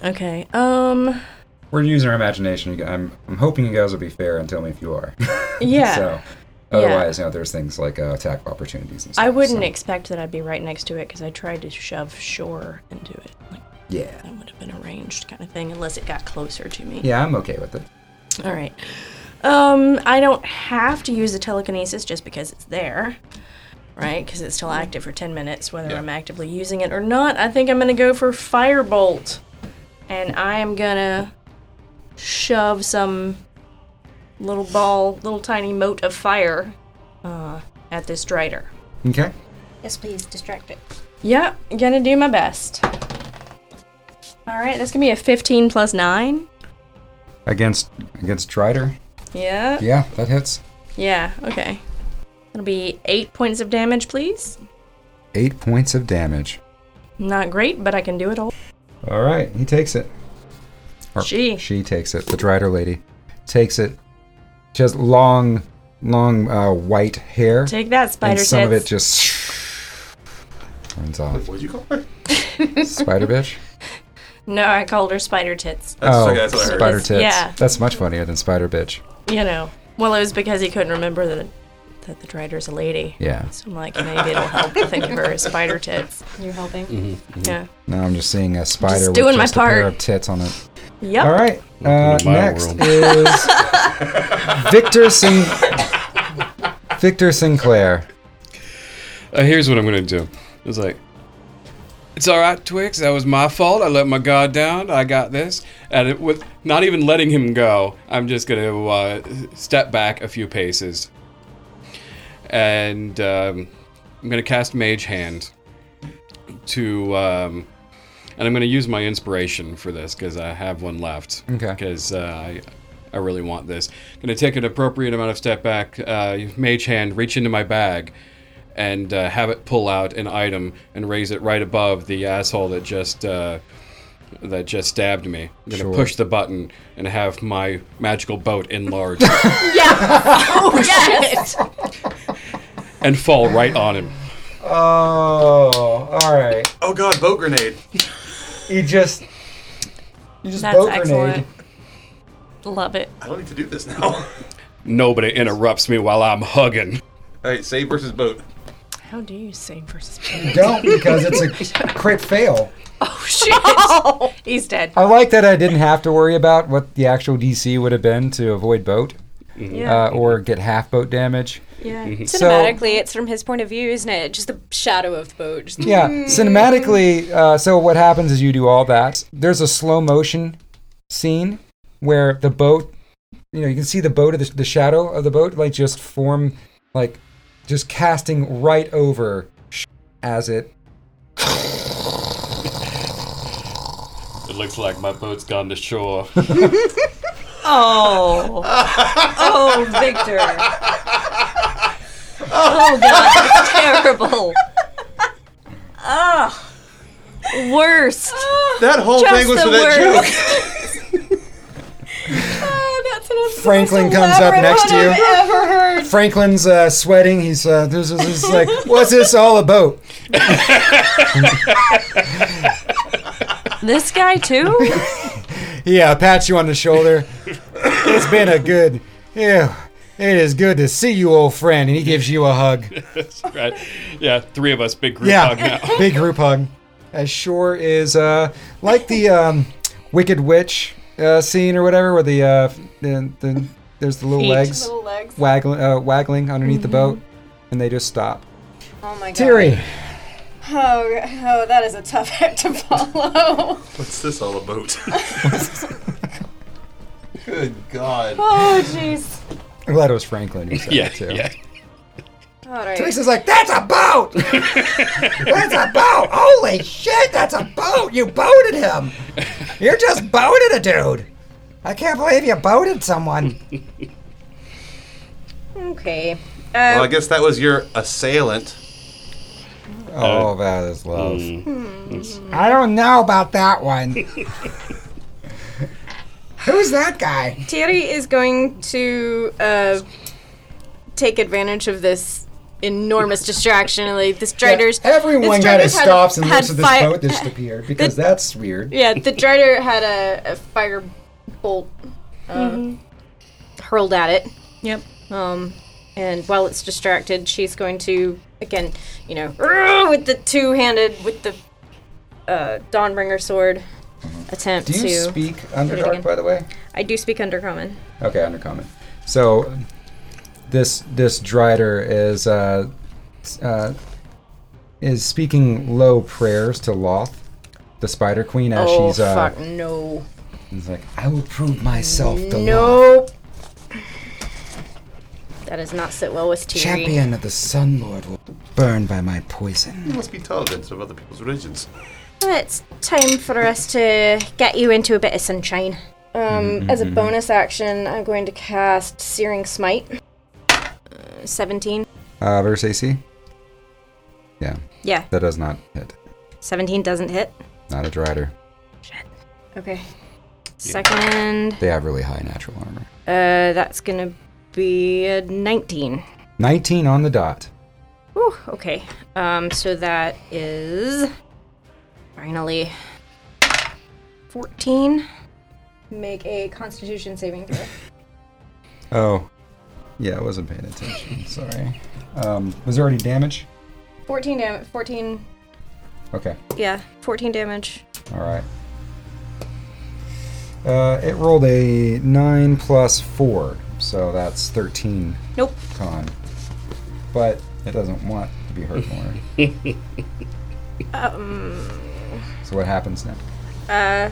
Okay. Um.
We're using our imagination. You g- I'm. I'm hoping you guys will be fair and tell me if you are.
Yeah.
so Otherwise, you know, there's things like uh, attack opportunities and stuff.
I wouldn't
so-
expect that I'd be right next to it because I tried to shove shore into it. Like
yeah.
that would have been arranged kind of thing unless it got closer to me.
Yeah, I'm okay with it.
All right. Um, I don't have to use the telekinesis just because it's there, right? Because it's still active for 10 minutes, whether
Yeah.
I'm actively using it or not. I think I'm going to go for Firebolt. And I am going to shove some little ball, little tiny mote of fire uh, at this Drider.
Okay.
Yes, please, distract it.
Yep, gonna do my best. All right, that's gonna be a 15 plus 9.
Against against Drider.
Yeah.
Yeah, that hits.
Yeah, okay. That'll be eight points of damage, please.
Eight points of damage.
Not great, but I can do it all.
All right, he takes it. Or
She.
She takes it. The Drider lady takes it. She has long, long uh, white hair,
Take that,
and
spider
some of it
tits.
just runs off.
What'd you call her?
Spider bitch.
No, I called her spider tits.
That's,
Oh,
okay, that's what I heard.
Spider tits.
Yeah.
That's much funnier than Spider bitch.
You know. Well, it was because he couldn't remember that, that the Drider's a lady.
Yeah.
So I'm like, maybe it'll help to think of her as spider tits.
You're helping.
Mm-hmm,
Yeah.
Now I'm just seeing a spider with
doing my
just a pair
part. Oh.
of tits on it.
Yep.
All right. Uh,
Welcome to my
next
world.
is Victor Sin- Victor Sinclair.
Uh, here's what I'm gonna do. It's like, it's all right, Twix. That was my fault. I let my guard down. I got this. And it, with not even letting him go, I'm just gonna uh, step back a few paces, and um, I'm gonna cast Mage Hand to, um, and I'm gonna use my inspiration for this because I have one left.
Okay.
Because uh, I, I really want this. Gonna take an appropriate amount of step back. Uh, mage Hand, reach into my bag and uh, have it pull out an item and raise it right above the asshole that just uh, that just stabbed me. I'm gonna
Sure.
push the button and have my magical boat enlarge
Yes!
and fall right on him.
Oh, all right.
Oh god, boat grenade.
You just you just
That's excellent. Love it.
I don't need to do this now. All
Nobody interrupts me while I'm hugging.
right, save versus boat.
How do you save versus
Don't because it's a crit fail.
Oh, shit. He's dead.
I like that I didn't have to worry about what the actual DC would have been to avoid boat
Yeah.
uh, or get half boat damage. Mm-hmm.
yeah.
Cinematically, it's from his point of view, isn't it? Just the shadow of the boat. Just
Yeah, cinematically. Uh, so what happens is you do all that. There's a slow motion scene where the boat, you know, you can see the boat of the, the shadow of the boat, like just form, like just casting right over sh- as it.
It looks like my boat's gone to shore.
Oh. Oh, Victor.
Oh god, that's terrible.
Worst.
Oh,
That whole
Just
thing was
the
for that
worst.
joke.
Franklin comes up next to you. Franklin's uh, sweating. He's uh, this is this is like, what's this all about?
This guy, too?
Yeah, pat you on the shoulder. It's been a good, yeah. It is good to see you, old friend. And he gives you a hug.
right? Yeah, three of us big group
Yeah,
hug now.
big group hug. As sure is uh, like the um, Wicked Witch uh, scene or whatever, where the uh, the, the there's the little legs, Mm-hmm. waggling uh, waggling underneath the boat, and they just stop.
Oh my god.
Teary,
Oh, g- oh, that is a tough act to follow.
What's this all about? Good God.
Oh, jeez.
I'm glad it was Franklin who said
Yeah,
it too.
yeah.
All right.
This is like that's a boat. that's a boat. Holy shit, that's a boat. You boated him. You're just boated a dude. I can't believe you boated someone.
Okay. Um,
Well, I guess that was your assailant.
Oh, that is love.
Hmm.
I don't know about that one. Who's that guy?
Thierry is going to uh, take advantage of this enormous distraction. Like this Drider's
Everyone
this
kind of
Drider's had-
stops and
had
looks at this
fi-
boat that just appeared because that's weird.
Yeah, the Drider had a, a fire
Mm-hmm.
bolt uh, hurled at it.
Yep.
Um, and while it's distracted, she's going to again, you know, "Arrgh," with the two-handed with the uh, Dawnbringer sword attempt
Do you
to.
speak
again.
Underdark, by the way?
I do speak Undercommon.
Okay, Undercommon. So this this Drider is uh, s- uh, is speaking low prayers to Loth, the Spider Queen, as
oh
she's uh,
fuck no!
is like, I will prove myself the Loth,
Nope. That does not sit well with Tyrion.
champion of the Sun Lord, will burn by my poison.
You must be tolerant of other people's religions.
It's time for us to get you into a bit of sunshine.
Um, As a bonus action, I'm going to cast Searing Smite.
17.
Uh, verse AC. Yeah,
Yeah,
that does not hit.
17 doesn't hit.
Not a Drider.
Okay.
Second,
They have really high natural armor.
uh, that's gonna be a 19.
19 on the dot.
Whew, okay. Um, so that is finally 14.
Make a Constitution saving throw.
Oh. Yeah, I wasn't paying attention. Sorry. Um, was there any damage?
14 damage. 14.
Okay.
Yeah, 14 damage.
All right. Uh, it rolled a 9 plus 4, so that's 13
Nope.
con. But it doesn't want to be hurt more. So what happens now?
um, Uh,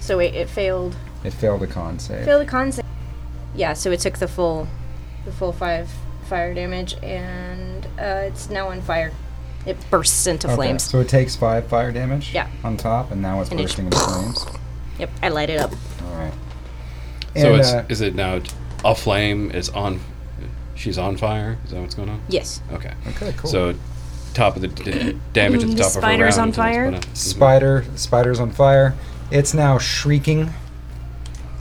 so wait, it failed.
It failed a con save.
Failed the con sa- Yeah, so it took the full, the full five fire damage, and uh, it's now on fire. It bursts into
Okay,
flames.
So it takes 5 fire damage
Yeah.
on top, and now it's
And it just-
bursting into flames.
Yep, I light it up.
All right.
So
And,
it's
uh,
is it now a flame? It's on. She's on fire. Is that what's going on?
Yes.
Okay.
okay, cool.
So top of the d- damage at the,
The
top of her
spider's
round.
on
until it's
fire?
put out.
Spider, spider's on fire. It's now shrieking.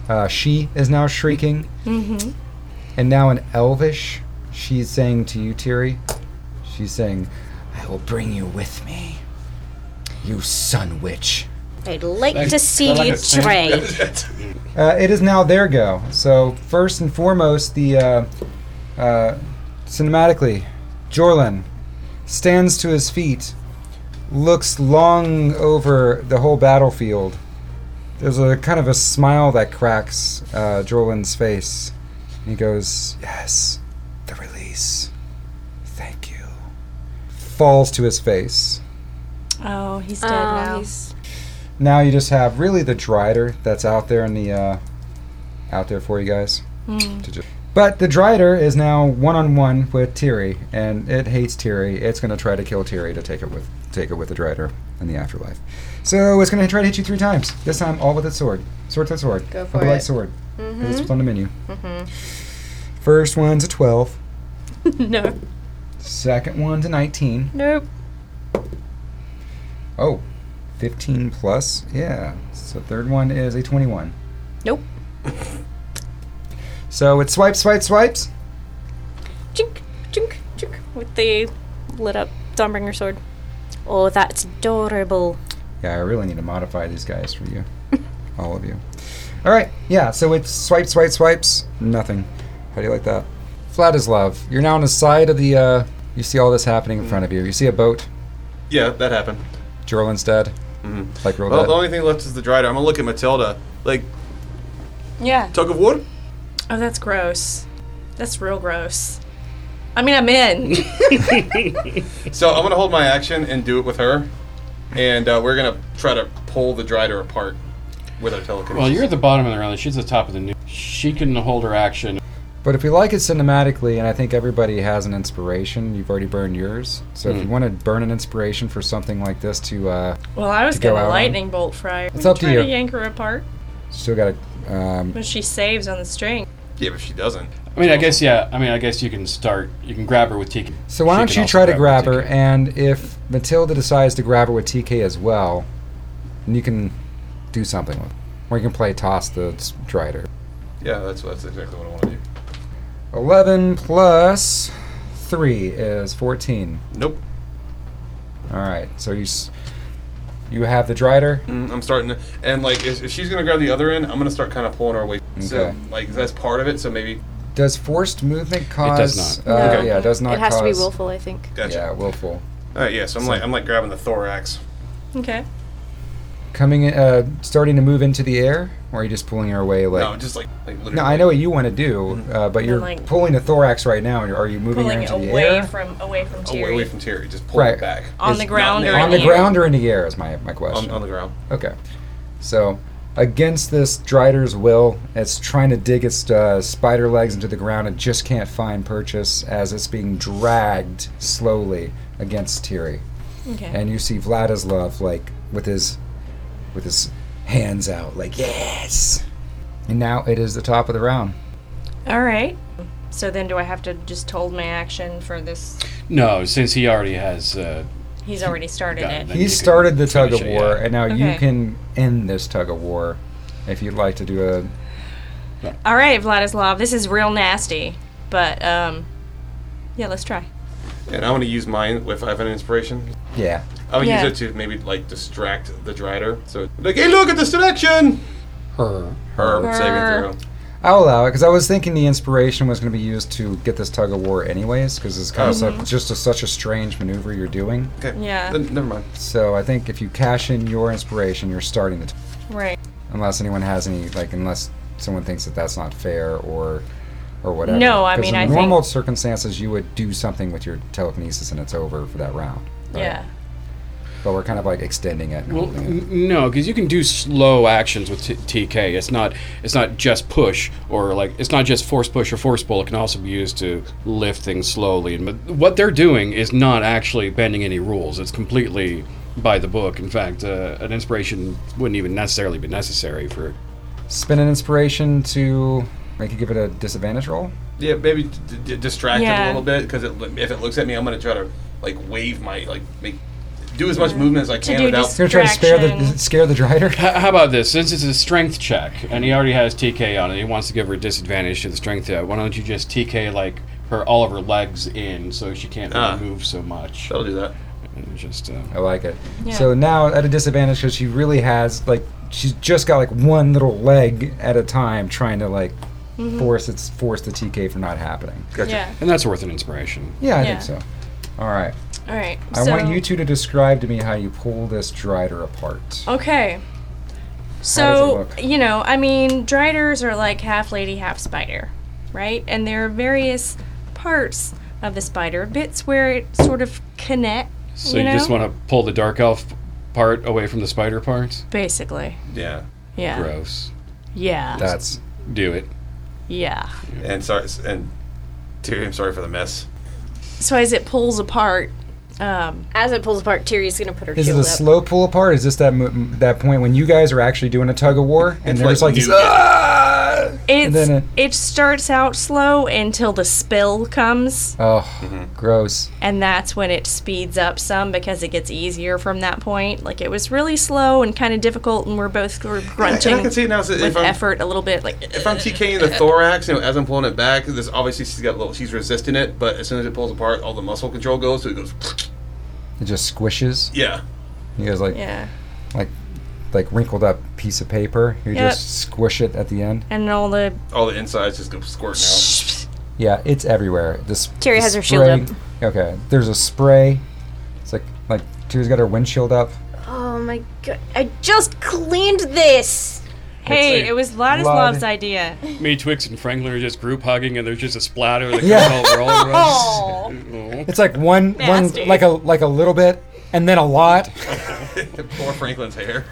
Uh, she is now shrieking. Mm-hmm. And now in Elvish, she's saying to you, Tiri, she's saying, "I will bring you with me, you sun witch."
I'd like to see you try.
Uh, it is now their go. So first and foremost, the uh, uh, cinematically, Jorlan stands to his feet, looks long over the whole battlefield. There's a kind of a smile that cracks uh, Jorlan's face, and he goes, "Yes, the release. Thank you." Falls to his face.
Oh, he's dead
Oh,
now.
he's-
Now you just have really the drider that's out there in the uh, out there for you guys.
Hmm.
To ju- But the drider is now one on one with Tiri, and it hates Tiri. It's gonna try to kill Tiri to take it with take it with the drider in the afterlife. So it's gonna try to hit you three times. This time all with its sword. Sword to sword.
Go for
Upper light
it. Hmm?
sword.
Mm-hmm,
'Cause It's on the menu. First one's a twelve.
no.
Second one's a nineteen.
Nope.
Oh. 15 plus, yeah. So third one is a 21.
Nope.
So it swipes, swipes, swipes.
Chink, chink, chink. With the lit up Dawnbringer sword. Oh, that's adorable.
Yeah, I really need to modify these guys for you. All of you. All right. Yeah, so it's swipes, swipes, swipes. Nothing. How do you like that? Flat as love. You're now on the side of the, uh, you see all this happening in front of you. You see a boat.
yeah, that happened.
Jorlin's dead. Like real
Mm-hmm. Well,
dead.
the only thing left is the drider. I'm gonna look at Matilda. Like
Yeah.
tug of war.
Oh, that's gross. That's real gross. I mean, I'm in.
So I'm gonna hold my action and do it with her, and uh, we're gonna try to pull the drider apart with our telekinesis.
Well, you're at the bottom of the round. She's at the top of the new. She can hold her action.
but if you like it cinematically, and I think everybody has an inspiration, you've already burned yours. So
Mm.
if you want to burn an inspiration for something like this to, uh,
well, I was
To go
gonna
out on.
lightning bolt Fryer.
It's up to
try
you.
to yank her apart,
still got to, um,
but she saves on the string.
yeah, but she doesn't.
I mean, I guess yeah. I mean, I guess you can start. You can grab her with Tiki.
So why
She
don't
can
you
also
try to grab
with
her,
Tiki.
and if Matilda decides to grab her with TK as well, then you can do something with it. Or you can play toss the s- Drider.
Yeah, that's that's exactly what I want to do.
11 plus 3 is 14.
Nope.
Alright, so you s- you have the Drider.
Mm, I'm starting to, and like if, if she's gonna grab the other end, I'm gonna start kind of pulling her away. So
Okay.
like that's part of it. So maybe
Does forced movement cause?
does not.
Uh,
Okay.
Yeah, it does not.
It has to be
cause-
willful, I think.
Gotcha.
Yeah, willful.
All right, yeah. So I'm like, I'm like grabbing the thorax.
Okay.
Coming, in- uh, starting to move into the air, or are you just pulling her away? Like,
No, just like, like literally.
No, I know what you want to do,
Mm-hmm.
uh, but you're
like-
pulling the thorax right now. and you're- Are you moving her
Pulling
into the
away
air?
from away from
away,
Tyrion.
away from Terry. Just pull
Right.
it back
on
Is-
the ground
not
or
there.
on
in
the
the air.
ground or in the air is my, my
on,
question.
on the ground.
okay. So, against this Drider's will, it's trying to dig its uh, spider legs into the ground and just can't find purchase as it's being dragged slowly against Tiri.
Okay.
And you see Vladislav, like, with his, with his hands out, like, yes! And now it is the top of the round.
All right. So then, do I have to just hold my action for this?
No, since he already has. Uh,
He's already started
Got
it.
it.
He
you can
started the tug of
finish
war,
it, yeah.
and now you
Okay.
can end this tug of war if you'd like to do a.
All right, Vladislav, this is real nasty, but um, yeah, let's try.
And I want to use mine if I have an inspiration.
Yeah.
I would
Yeah.
use it to maybe like distract the drider. So like, hey, look at distraction.
her.
Her
Her.
saving throw.
I'll allow it because I was thinking the inspiration was going to be used to get this tug of war, anyways, because it's kind of
Mm-hmm.
su- just a, such a strange maneuver you're doing.
Okay.
Yeah.
Then, never mind.
So I think if you cash in your inspiration, you're starting the. T-
Right.
unless anyone has any, like, unless someone thinks that that's not fair or. Or whatever.
No, I
'Cause
mean,
in
I think-
normal circumstances, you would do something with your telekinesis, and it's over for that round. right?
Yeah.
But we're kind of like extending it. And
Well,
holding it.
n- no, because you can do slow actions with t- TK. It's not. It's not just push or like. It's not just force push or force pull. It can also be used to lift things slowly. And but what they're doing is not actually bending any rules. It's completely by the book. In fact, uh, an inspiration wouldn't even necessarily be necessary for.
Spin an inspiration to make you give it a disadvantage roll.
Yeah, maybe d- d- distract it
Yeah.
a little bit because it, lo- if it looks at me, I'm gonna try to like wave my like make do as much movement as I can
do
without.
dis-
It's gonna try to spare the
Distraction.
scare the drider.
H- how about this? Since it's a strength check and he already has TK on it, he wants to give her a disadvantage to the strength check. Why don't you just TK like her all of her legs in so she can't really
Ah.
move so much?
That'll do that.
And just. Uh,
I like it. So now at a disadvantage because she really has like she's just got like one little leg at a time trying to like
Mm-hmm.
force it's force the TK from not happening.
Yeah.
And that's worth an inspiration.
Yeah, I think
Yeah.
so. All right.
All right.
I
so,
want you two to describe to me how you pull this drider apart.
Oh, Okay.
does
So
it look?
you know, I mean, driders are like half lady, half spider, right? And there are various parts of the spider, bits where it sort of connect.
So
you,
you,
know?
just want to pull the dark elf part away from the spider part?
basically,
Yeah.
yeah,
Gross.
yeah,
That's
Do it.
yeah.
And sorry. And Tyrion, sorry for the mess.
So as it pulls apart, um,
As it pulls apart, Tyrion's gonna put her
is it
shield
a
up.
slow pull apart? Is this that mo- that point when you guys are actually doing a tug of war and
It's
there's
like
like, these
new-
"Ah!"
It's,
then
it, starts out slow until the spill comes,
Oh,
Mm-hmm.
gross.
and that's when it speeds up some because it gets easier from that point. Like it was really slow and kind of difficult, and we're both sort of grunting
And I can see now so if
with
I'm
effort a little bit. Like uh,
if I'm TKing the thorax, you know, as I'm pulling it back, this obviously she's got a little, she's resisting it, but as soon as it pulls apart, all the muscle control goes, so it goes,
It just squishes.
yeah,
You guys like
yeah,
like like wrinkled up piece of paper. You
Yep.
just squish it at the end.
and all the
all the insides just go squirting out.
Yeah, it's everywhere. This
Terry
the
has her shield up.
Okay, there's a spray. It's like like Terry's got her windshield up.
Oh my god! I just cleaned this.
hey,
like
it was
Vlad-
Ladislav's idea.
Me, Twix, and Franklin are just group hugging, and there's just a splatter. That
Yeah.
yeah. All, all
Oh.
It's like one
Nasty.
one like a like a little bit and then a lot
Poor Franklin's hair.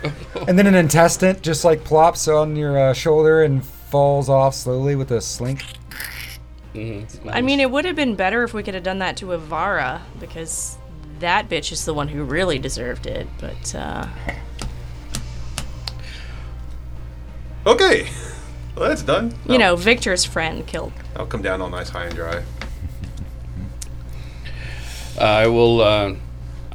and then an intestine just like plops on your uh, shoulder and falls off slowly with a slink.
I mean, it would have been better if we could have done that to Ivara because that bitch is the one who really deserved it. But uh,
Okay, well, that's done.
Oh.
you know, Victor's friend killed.
I'll come down all nice, high and dry.
I will. Uh,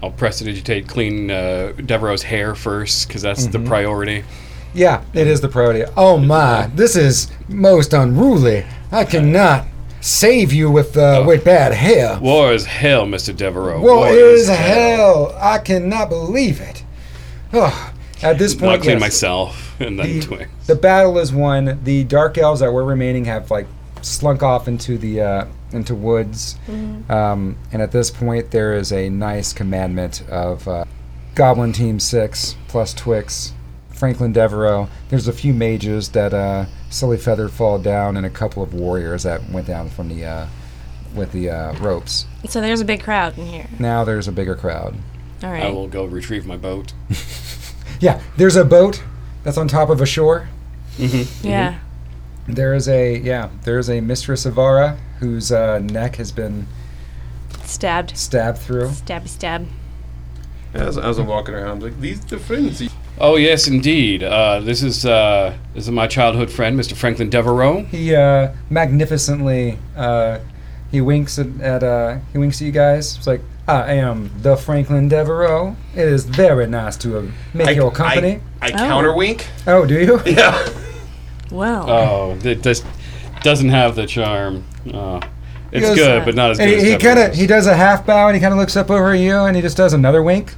I'll prestidigitate clean uh, Devereaux's hair first, because that's
Mm-hmm.
the priority.
Yeah, it is the priority. Oh my, this is most unruly. I cannot save you with uh, with bad hair.
War is hell, Mister Devereaux.
War is hell. I cannot believe it. Ugh. At this
I'll
point,
clean
yes,
myself, and then Twix.
the battle is won. The dark elves that were remaining have like slunk off into the uh, into woods, um, and at this point there is a nice commandment of uh, Goblin Team Six plus Twix, Franklin Devereaux. There's a few mages that uh, Silly Feather fall down, and a couple of warriors that went down from the uh, with the uh, ropes.
So there's a big crowd in here.
Now there's a bigger crowd.
All
I
right.
will go retrieve my boat.
Yeah, there's a boat that's on top of a shore.
Yeah.
There is a yeah, there is a Mistress Avara whose uh, neck has been
Stabbed.
stabbed through.
Stabby stab.
As, as I'm walking around, I'm like, these the friends.
Oh yes, indeed. Uh, this is uh, this is my childhood friend, Mr. Franklin Devereaux.
He uh, magnificently uh, he winks at, at uh, he winks at you guys. It's like I am the Franklin Devereaux. It is very nice to uh, make
I,
your company.
I, I counterwink.
oh, do you?
Yeah.
Well.
Oh, that just doesn't have the charm. Oh, it's
goes-
good, but not as good.
And
as
he, he kind of
Devereaux's.
he does a half bow and he kind of looks up over at you and he just does another wink.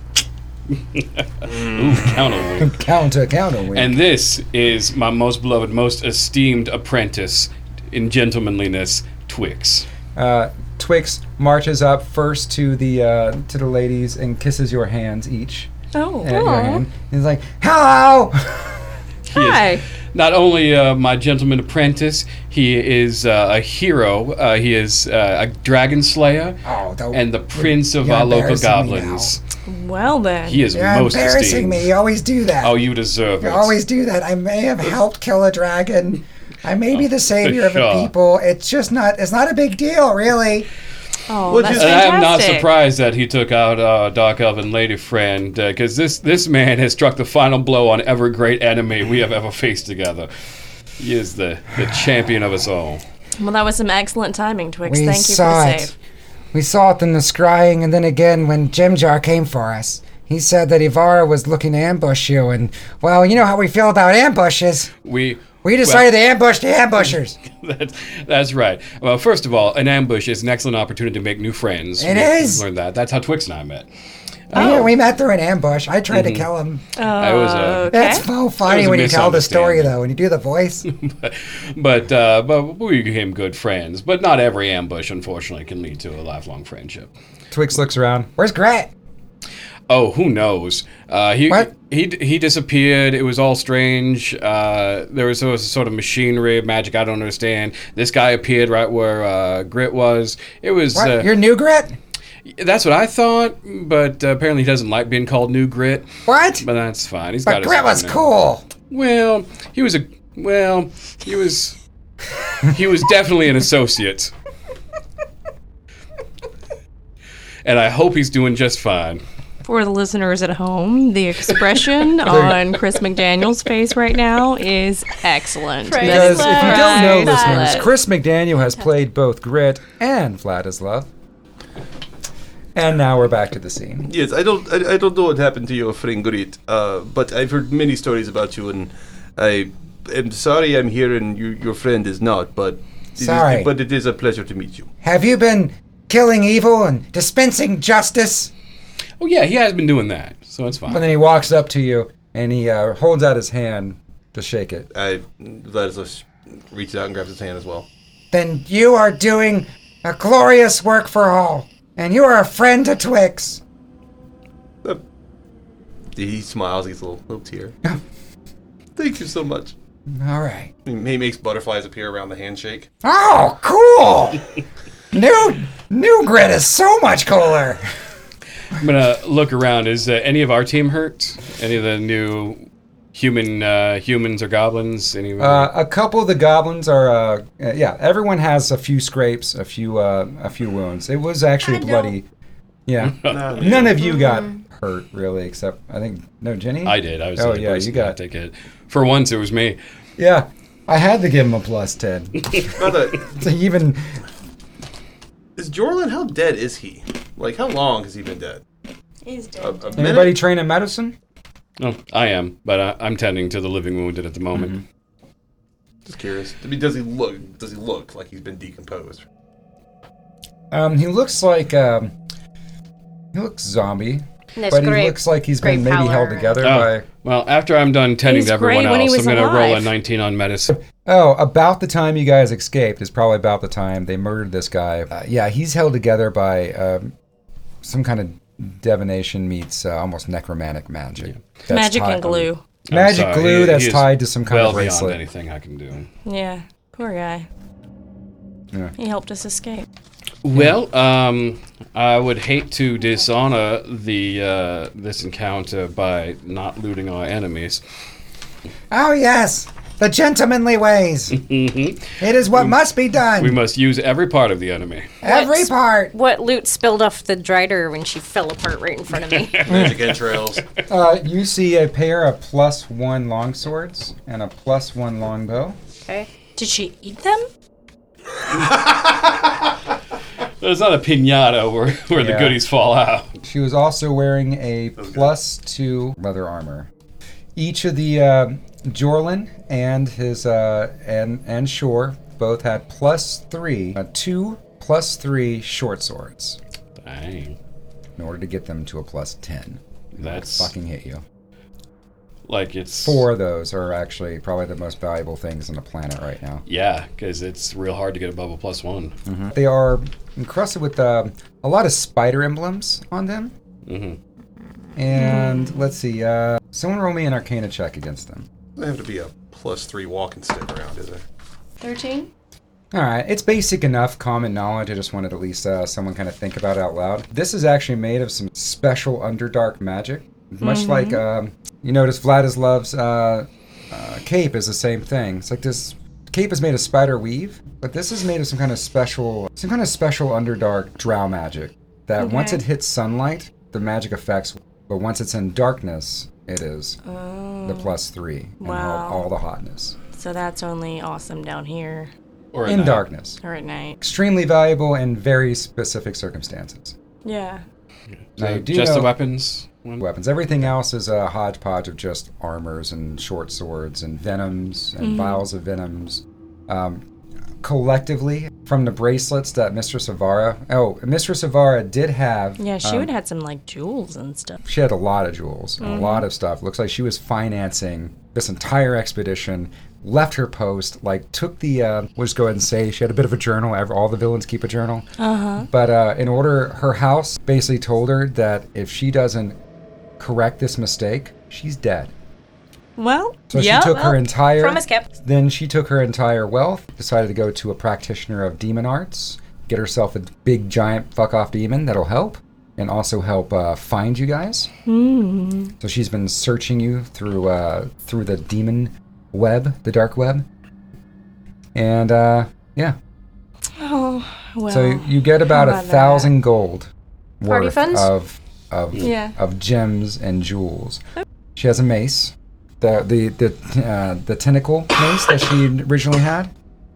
Ooh, counterwink.
Counter counter wink.
And this is my most beloved, most esteemed apprentice in gentlemanliness, Twix.
uh, Twix marches up first to the uh, to the ladies and kisses your hands each.
Oh.
at your hand. And he's like, "Hello."
Hi.
Not only uh, my gentleman apprentice, he is uh, a hero. Uh, he is uh, a dragon slayer
Oh, don't.
and the prince of
You're
our local
embarrassing me
goblins.
Well then.
He is
you're
most
embarrassing
esteemed.
me. You always do that.
Oh, you deserve
you
it.
always do that. I may have helped kill a dragon. I may be the savior of the
Oh, sure.
people. It's just not. It's not a big deal, really.
Oh,
Well,
that's
just-
And I am not
fantastic.
surprised that he took out uh, Dark Elven Lady Friend, because this, this man has struck the final blow on every great enemy we have ever faced together. He is the, the champion of us all.
Well, that was some excellent timing, Twix.
We
Thank you for
saw
the
it.
save.
We saw it in the scrying, and then again when Jimjar came for us. He said that Ivara was looking to ambush you, and well, you know how we feel about ambushes.
We
We decided to ambush the ambushers.
That's, that's right. Well, first of all, an ambush is an excellent opportunity to make new friends.
It
We
is.
Learned that. That's how Twix and I met.
Yeah, we met through an ambush. I tried to kill him.
I was uh,
Oh, Okay.
That's so
It Mm-hmm. was
funny
a
when you tell the story,
misunderstanding.
though. When you do the voice,
but uh, but we became good friends. But not every ambush, unfortunately, can lead to a lifelong friendship.
Twix looks around. Where's Grat?
Oh, who knows? Uh, he
What?
he he disappeared. It was all strange. Uh, there was a sort of machinery magic I don't understand. This guy appeared right where uh, Grit was. It was
What?
uh,
You're new Grit?
that's what I thought, but uh, apparently he doesn't like being called New Grit.
What?
But that's fine. He's
But
got
Grit
his
was
own now.
cool.
Well, he was a well, he was he was definitely an associate. And I hope he's doing just fine.
For the listeners at home, the expression on Chris McDaniel's face right now is excellent.
Praise
That
Because
is
if you don't know,
praise
listeners,
God.
Chris McDaniel has played both Grit and Vladislav. And now we're back to the scene.
Yes, I don't, I, I don't know what happened to your friend Grit, uh, but I've heard many stories about you, and I am sorry I'm here and you, your friend is not, but it is-
Sorry.
but it is a pleasure to meet you.
Have you been killing evil and dispensing justice?
Oh yeah, he has been doing that, so it's
And
fine.
then he walks up to you and he uh, holds out his hand to shake it.
I Vladislav reaches out and grabs his hand as well.
Then you are doing a glorious work for all, and you are a friend to Twix.
Uh, he smiles, gets a little, little tear. Thank you so much.
All right.
He he makes butterflies appear around the handshake.
Oh, cool! new new grit is so much cooler.
I'm gonna look around. Is uh, any of our team hurt? Any of the new human uh, humans or goblins? Any? of
Uh, a couple of the goblins are, uh, uh, yeah. Everyone has a few scrapes, a few uh, a few wounds. It was actually bloody. Yeah. None of you got hurt really, except I think no Jenny.
I did. I was. the
Oh,
only
yeah, you
person
got-
to take it. For once, it was me.
Yeah. I had to give him a plus ten. to even
is Jorlan, how dead is he? Like, how long has he been dead?
He's
A,
dead.
a
anybody
minute?
train in medicine.
No, I am, but I, I'm tending to the living wounded at the moment.
Mm-hmm.
Just curious. I mean, does he look? Does he look like he's been decomposed?
Um, he looks like um, he looks zombie,
And there's
but he
grape-
looks like he's been
grape
maybe
powder
held
and-
together
Oh,
by.
well, after I'm done tending
He's
to everyone
great when he
else, I'm
was
going to roll a
alive.
19 on medicine.
Oh, about the time you guys escaped is probably about the time they murdered this guy. Uh, yeah, he's held together by um, some kind of divination meets uh, almost necromantic magic. That's
Magic
tied-
and glue.
I'm
Magic
sorry,
glue
he-
that's
he is
tied to some kind
well
of
beyond
bracelet.
anything I can do.
Yeah. Poor guy.
Yeah.
He helped us escape.
Well, um, I would hate to dishonor the uh, this encounter by not looting our enemies.
Oh yes, the gentlemanly ways. It is what must be done.
We must use every part of the enemy.
Every part.
What loot spilled off the drider when she fell apart right in front of me?
Magic entrails.
Uh, you see a pair of plus one longswords and a plus one longbow.
okay.
Did she eat them?
There's not a pinata where, where the
Yeah.
goodies fall out.
She was also wearing a plus two leather armor. Each of the uh, Jorlin and his uh, and and Shore both had plus three, uh, two plus three short swords
Dang,
in order to get them to a plus ten.
that's
Fucking hit you.
like it's
Four of those are actually probably the most valuable things on the planet right now.
Yeah, because it's real hard to get above a plus one.
They are encrusted with uh, a lot of spider emblems on them.
Mhm.
And let's see. Uh, someone roll me an Arcana check against them.
Doesn't have to be a plus three walking stick around, is it?
13?
All right, it's basic enough common knowledge. I just wanted at least uh, someone kind of think about it out loud. This is actually made of some special underdark magic, much like um, you notice Vladislav's uh, uh, cape is the same thing. It's like this cape is made of spider weave, but this is made of some kind of special, some kind of special underdark drow magic that once it hits sunlight, the magic affects, but once it's in darkness, it is the plus three and all-
Wow.
all the hotness
So that's only awesome down here
Or
in
that.
darkness
or at night.
extremely valuable in very specific circumstances.
Yeah.
Now,
So
you do
just the
know-
weapons. One-
Weapons. Everything else is a hodgepodge of just armors and short swords and venoms
Mm-hmm.
and vials of venoms. Um, collectively, from the bracelets that Mistress Avara. Oh, Mistress Avara did have.
Yeah, she
um,
would have had some like jewels and stuff.
She had a lot of jewels and a lot of stuff. Looks like she was financing this entire expedition. Left her post, like took the. Uh, we'll just go ahead and say she had a bit of a journal. ev- All the villains keep a journal. Uh-huh. But uh, in order, her house basically told her that if she doesn't correct this mistake, she's dead.
Well,
So
yeah.
she took her entire.
Promise kept.
Then she took her entire wealth, decided to go to a practitioner of demon arts, get herself a big giant fuck off demon that'll help, and also help uh, find you guys.
Hmm.
So she's been searching you through uh, through the demon web, the dark web, and uh, yeah.
oh, well.
so you get about
how
a
about
thousand gold
Party
worth
funds?
of of
Yeah. Oh.
of gems and jewels. She has a mace, the the the uh, the tentacle mace that she originally had.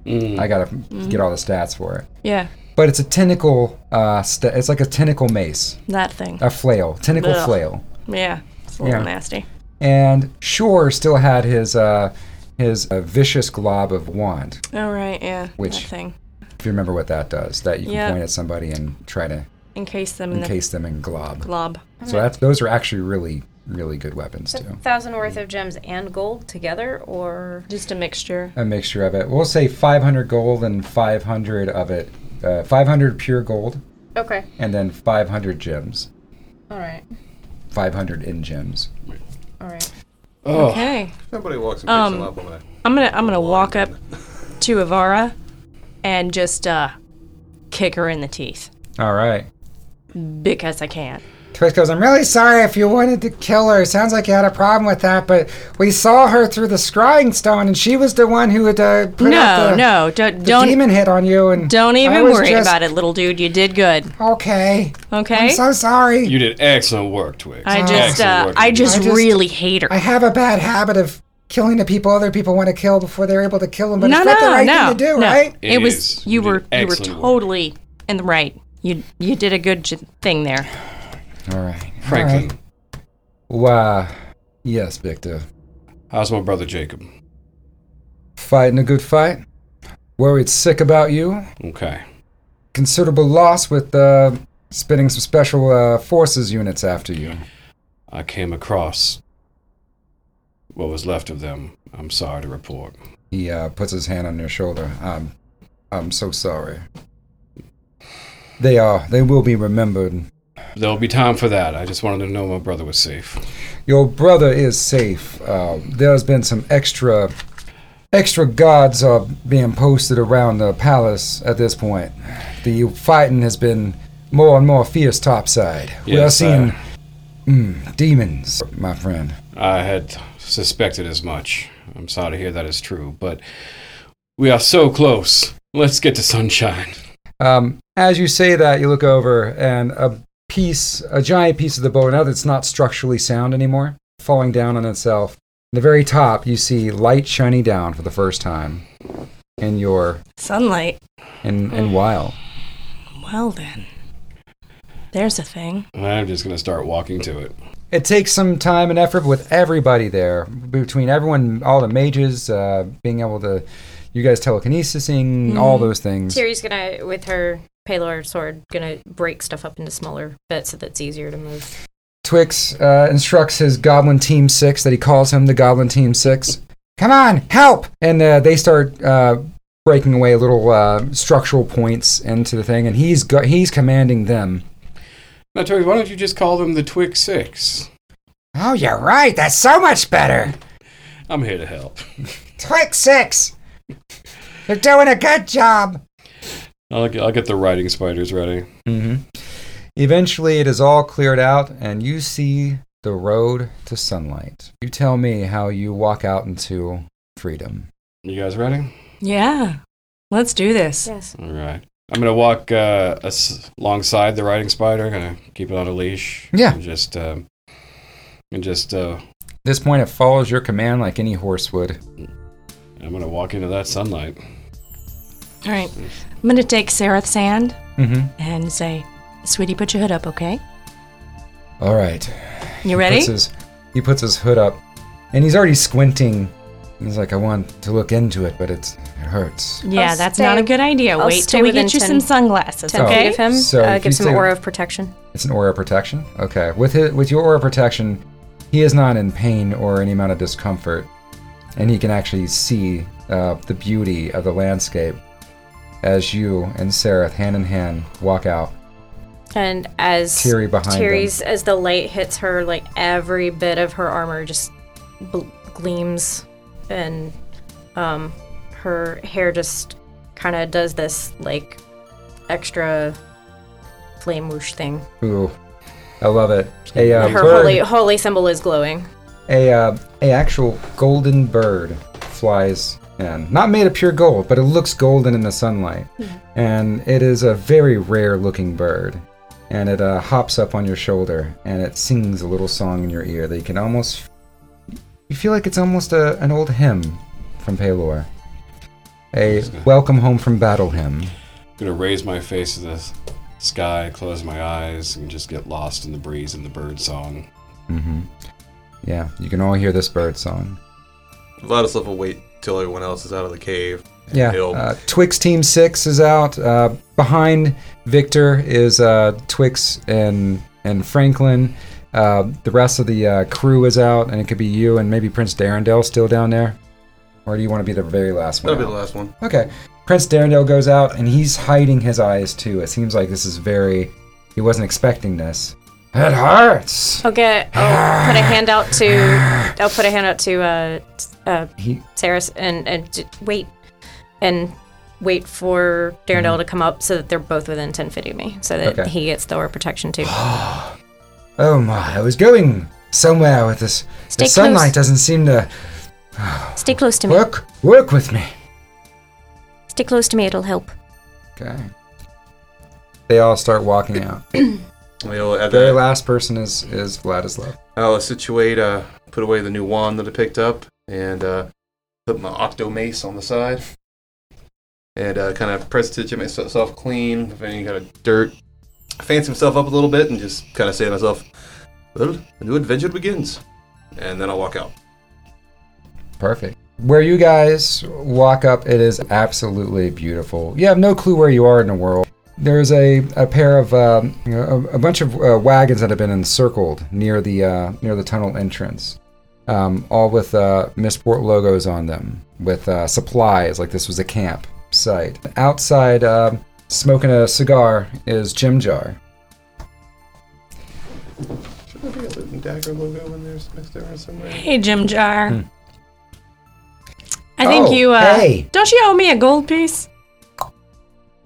Mm.
I gotta get all the stats for it.
yeah,
But it's a tentacle. Uh, st- it's like a tentacle mace,
that thing.
a flail, tentacle
Ugh.
flail.
Yeah. It's a little
Yeah.
nasty.
And Shore still had his uh, his uh, vicious glob of wand.
All right, yeah.
Which-
that thing.
If you remember what that does, that you can
Yeah.
point at somebody and try to
Encase them in
encase them in glob.
the glob.
So that's those are actually really really good weapons too.
Thousand worth of gems and gold together, or
Just a mixture.
A mixture of it. We'll say 500 gold and 500 of it. Uh, 500 pure gold
Okay.
and then 500 gems.
All right.
500 in gems.
All right.
Oh,
Okay.
Somebody walks and picks
Um,
him up. I'm gonna
I'm gonna I'm gonna walk up to Ivara and just uh kick her in the teeth.
All right.
Because I can.
Twist goes, I'm really sorry if you wanted to kill her. Sounds like you had a problem with that, but we saw her through the scrying stone, and she was the one who had uh, put out
No,
the,
no, don't
the
don't
demon hit on you. And
don't
I
even
was
worry
just-
about it, little dude. You did good.
Okay,
Okay?
I'm so sorry.
you did excellent work, Twix.
I just
Excellent
uh,
work,
I
you did.
I
just
just-
really hate her.
I have a bad habit of killing the people other people want to kill before they're able to kill them, but
no,
it's not
no,
the right
no,
thing to do,
no.
right?
It
It, was
is.
you,
You did
were you were
excellent work.
totally in the right. You you did a good j- thing there.
All right.
Franklin,
Wow. Yes, Victor.
how's my brother Jacob?
Fighting a good fight. Worried sick about you.
Okay.
Considerable loss with uh, spinning some special uh, forces units after you.
I came across what was left of them. I'm sorry to report.
He uh, puts his hand on your shoulder. Um, I'm so sorry. They are. They will be remembered.
There'll be time for that. I just wanted to know my brother was safe.
Your brother is safe. Uh, there's been some extra, extra guards are being posted around the palace at this point. The fighting has been more and more fierce topside. we are
Yes,
seeing mm, demons, my friend.
I had suspected as much. I'm sorry to hear that is true, but we are so close. Let's get to sunshine.
Um, as you say that, you look over and a piece, a giant piece of the bow, now that's not structurally sound anymore, falling down on itself. At the very top, you see light shining down for the first time in your
Sunlight.
in in while.
Well then. There's a thing.
I'm just gonna start walking to it.
It takes some time and effort with everybody there, between everyone, all the mages, uh, being able to, you guys telekinesising, all those things.
Tiri's gonna, with her Paylor sword, gonna break stuff up into smaller bits so that's easier to move.
Twix uh, instructs his Goblin Team Six that he calls him the Goblin Team Six. Come on, help! And uh, they start uh, breaking away little uh, structural points into the thing, and he's go- he's commanding them.
Now, Tori, why don't you just call them the Twig Six?
Oh, you're right. That's so much better.
I'm here to help.
Twix Six, you're doing a good job.
I'll get, I'll get the riding spiders ready.
Mm-hmm. Eventually, it is all cleared out, and you see the road to sunlight. You tell me how you walk out into freedom.
You guys ready?
Yeah. Let's do this.
Yes.
All right. I'm gonna walk uh, as- alongside the riding spider. Gonna keep it on a leash.
Yeah.
And just um, and just uh,
this point, it follows your command like any horse would.
I'm gonna walk into that sunlight.
Alright. I'm gonna take Sarah's hand
Mm-hmm.
and say, Sweetie, put your hood up, okay?
All right.
You ready?
Puts his, he puts his hood up, and he's already squinting. He's like, I want to look into it, but it's, it hurts.
Yeah,
I'll
that's
stay-
not a good idea.
I'll
Wait
stay
till we
within
get you
10
some sunglasses,
Ten feet
okay?
of him.
Oh, So
uh,
if you
gives him
say-
aura of protection.
It's an aura protection. Okay. With it, with your aura protection, he is not in pain or any amount of discomfort, and he can actually see uh, the beauty of the landscape as you and Sereth, hand in hand, walk out.
And as
Tiri behind
Tiri's, as the light hits her, like every bit of her armor just bl- gleams, and um, her hair just kind of does this like extra flame whoosh thing.
Ooh, I love it. A uh,
her
bird-
holy holy symbol is glowing.
a uh, a actual golden bird flies in. Not made of pure gold, but it looks golden in the sunlight. And it is a very rare looking bird. And it uh, hops up on your shoulder and it sings a little song in your ear that you can almost you feel like it's almost a, an old hymn from Palor. A welcome home from battle hymn.
gonna raise my face to the s- sky, close my eyes, and just get lost in the breeze and the bird song.
hmm Yeah, you can all hear this bird song.
Vladislav will wait till everyone else is out of the cave. and
Yeah.
he'll-
Uh, Twix Team Six is out. Uh, behind Victor is uh, Twix and and Franklin. Uh, the rest of the uh, crew is out, and it could be you and maybe Prince Darendale still down there. Or do you want to be the very last one?
that'll be
out?
the last one.
Okay. Prince Darendale goes out, and he's hiding his eyes too. It seems like this is very. He wasn't expecting this. It hurts.
I'll get. I'll put a hand out to. I'll put a hand out to uh, s- uh,
He
Saris and and j- wait and wait for Darendel to come up so that they're both within ten feet of me, so that
Mm-hmm. Okay.
he gets the aura protection too.
Oh my! I was going somewhere with this. the
Stay close.
sunlight doesn't seem to
Stay close to me.
work. Work with me.
Stay close to me. It'll help.
Okay. They all start walking out.
We'll add
Very
that.
last person is is Vladislav.
I'll situate, uh, put away the new wand that I picked up, and uh, put my octo mace on the side, and uh, kind of prestigiate myself clean of any kind of dirt, fancy myself up a little bit, and just kind of say to myself, "Well, a new adventure begins," and then I'll walk out.
Perfect. Where you guys walk up, it is absolutely beautiful. You have no clue where you are in the world. There's a, a pair of um, you know, a, a bunch of uh, wagons that have been encircled near the uh, near the tunnel entrance. um, all with uh, Missport logos on them, with uh, supplies like this was a camp site. Outside, um smoking a cigar, is Jim Jar.
Should there be a Luke and Dagger logo in there next to her somewhere?
Hey, Jim Jar. I think
Hmm. Oh,
you, uh.
hey.
Don't you owe me a gold piece?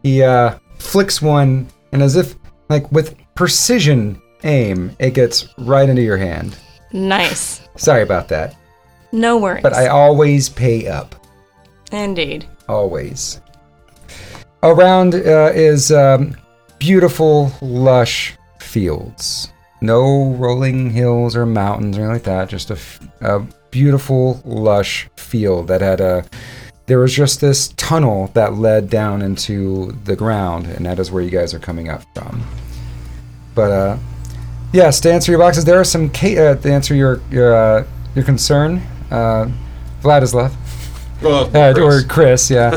He uh, flicks one, and as if like with precision aim, it gets right into your hand.
Nice.
Sorry about that,
No worries.
but I always pay up.
Indeed.
always. Around uh, is um, beautiful, lush fields. No rolling hills or mountains or anything like that. Just a, f- a beautiful, lush field that had a. There was just this tunnel that led down into the ground, and that is where you guys are coming up from. But uh, yes, to answer your boxes, there are some. Ca- uh, to answer your your uh, your concern, uh, Vladislav
Oh,
uh, or
Chris.
Chris, yeah,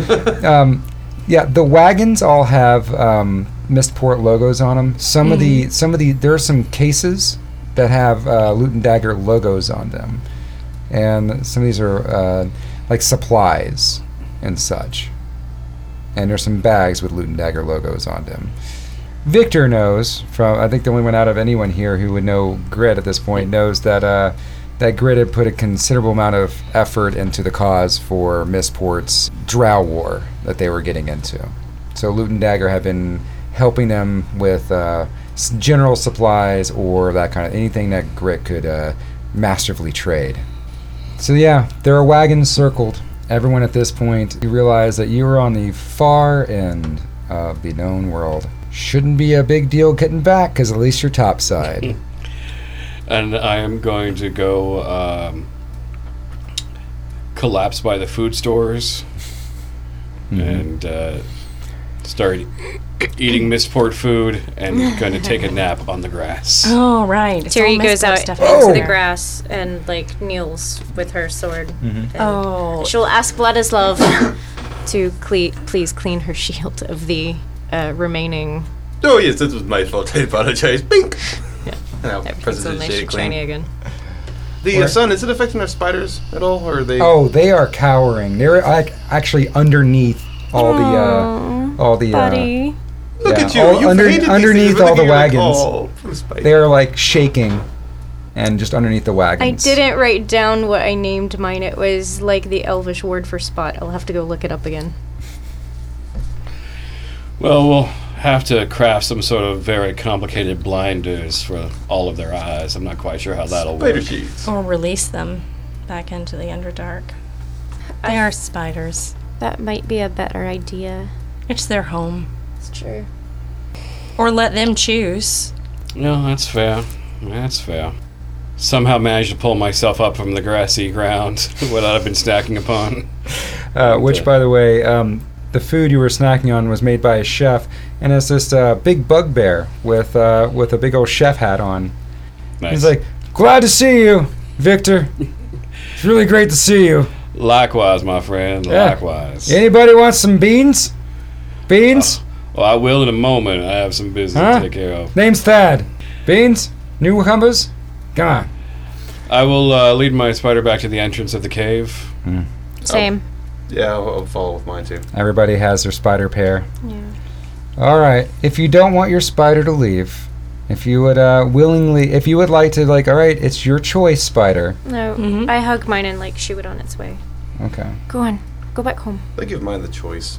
um, yeah. The wagons all have um, Mistport logos on them. Some of the some of the there are some cases that have uh, Loot and Dagger logos on them, and some of these are uh, like supplies and such. And there's some bags with Loot and Dagger logos on them. Victor knows from I think the only one out of anyone here who would know Grid at this point knows that uh, that Grid had put a considerable amount of effort into the cause for Missport's Drow War that they were getting into. So Loot and Dagger have been helping them with uh, s- general supplies or that kind of anything that Grit could uh, masterfully trade. So yeah, there are wagons circled. Everyone at this point, you realize that you are on the far end of the known world. Shouldn't be a big deal getting back, because at least you're topside.
And I am going to go um, collapse by the food stores
Mm-hmm.
and uh, start eating misport food and going to take a nap on the grass.
Oh, right. It's
Terry
all
goes
Mistborn
out
stuff
Oh!
into
in
the
there.
grass and like kneels with her sword.
Mm-hmm.
And
Oh,
She'll ask Vladislav to cle- please clean her shield of the uh, remaining.
Oh, yes, this was my fault. I apologize. Bink! And I'll press
Everything's
it
all
to
nice
shade
and
clean.
shiny again.
The uh, sun, is it affecting our spiders at all? Or are they.
oh, they are cowering. They're like actually underneath all the uh, all the uh,
buddy.
Look
yeah,
at you!
all
you
under-
painted these
underneath
things, but
all
look
the
at you, like,
wagons.
oh, poor spider.
they are like shaking, and just underneath the
I
wagons.
didn't write down what I named mine. It was like the Elvish word for spot. I'll have to go look it up again.
Well, we'll have to craft some sort of very complicated blinders for all of their eyes. I'm not quite sure how that'll
Spider
work.
sheets.
Or release them back into the Underdark. They are spiders.
That might be a better idea.
It's their home.
It's true.
Or let them choose.
No, that's fair. That's fair. Somehow managed to pull myself up from the grassy ground, what I've been snacking upon.
Uh, which, by the way, um, the food you were snacking on was made by a chef, and it's this uh, big bugbear with uh, with a big old chef hat on.
Nice.
He's like, "Glad to see you, Victor. It's really great to see you.
likewise, my friend.
Yeah.
Likewise.
Anybody want some beans? Beans?
Well, I will in a moment. I have some business
Huh?
to take care of.
Name's Thad. Beans? New cumbers? Come on."
I will uh, lead my spider back to the entrance of the cave.
Same.
Yeah, I'll, I'll follow with mine too.
Everybody has their spider pair. All right. If you don't want your spider to leave, if you would uh, willingly, if you would like to, like, all right, it's your choice, spider.
No,
Mhm.
I hug mine and like shoo it on its way.
Okay.
Go on. Go back home.
They give mine the choice.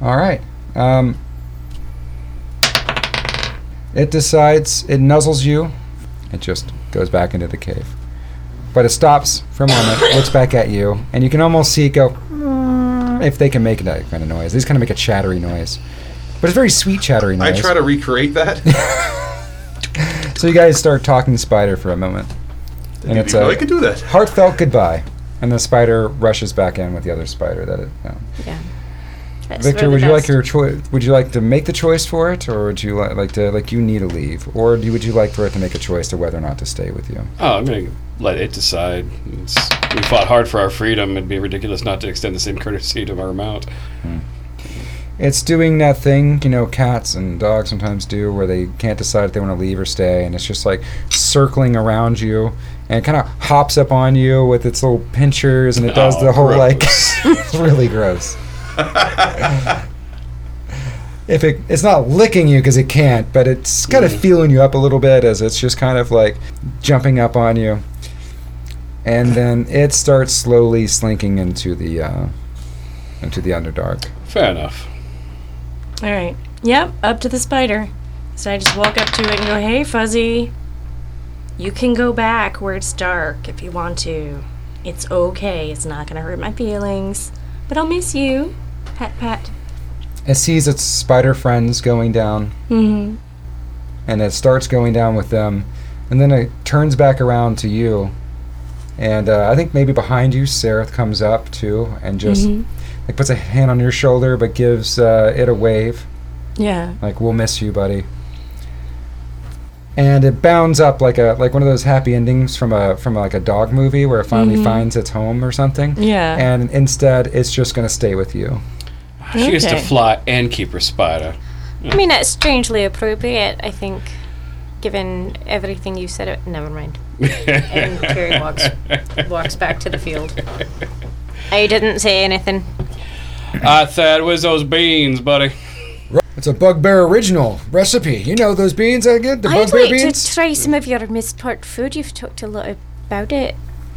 All right. Um, it decides, it nuzzles you. It just goes back into the cave. But it stops for a moment, looks back at you, and you can almost see it go, "Mm," if they can make that kind of noise. These kind of make a chattery noise. But it's very sweet chattery
I
noise.
try to recreate that.
so you guys start talking spider for a moment. And
Didn't
it's
even know
a
I could do that.
heartfelt goodbye. And the spider rushes back in with the other spider that it found.
That's
Victor,
for the
would you like
best.
your choice? Would you like to make the choice for it, or would you li- like to like you need to leave, or do, would you like for it to make a choice to whether or not to stay with you?
Oh, I'm going to let it decide. It's, we fought hard for our freedom. It'd be ridiculous not to extend the same courtesy to our mount.
It's doing that thing, you know, cats and dogs sometimes do, where they can't decide if they want to leave or stay, and it's just like circling around you, and it kind of hops up on you with its little pinchers, and it does
Oh,
the whole like.
gross.
it's really gross. if it, it's not licking you because it can't, but it's kind
Mm.
of feeling you up a little bit as it's just kind of like jumping up on you, and then it starts slowly slinking into the uh, into the underdark.
Fair enough.
All right. Yep, up to the spider. So I just walk up to it and go, "Hey, Fuzzy, you can go back where it's dark if you want to. It's okay. It's not gonna hurt my feelings, but I'll miss you." Pat, pat.
It sees its spider friends going down,
Mm-hmm.
and it starts going down with them, and then it turns back around to you, and uh, I think maybe behind you, Seraph comes up too, and just
Mm-hmm.
Mhm.
like puts a hand on your shoulder, but gives uh, it a wave,
Yeah.
like "We'll miss you, buddy." And it bounds up like a like one of those happy endings from a from like a dog movie where it finally
Mm-hmm.
Mhm.
finds its home or something.
Yeah.
And instead, it's just gonna stay with you.
She gets to
Okay.
fly and keep her spider.
I mean, that's strangely appropriate, I think, given everything you said. It, never mind.
and
Carrie walks- Walks back to the field. I didn't say anything.
I said, "Where's those beans, buddy?"
It's a Bugbear original recipe. You know those beans I get, the
I'd
Bugbear
like
beans.
to try some of your mistort food. You've talked a lot about it,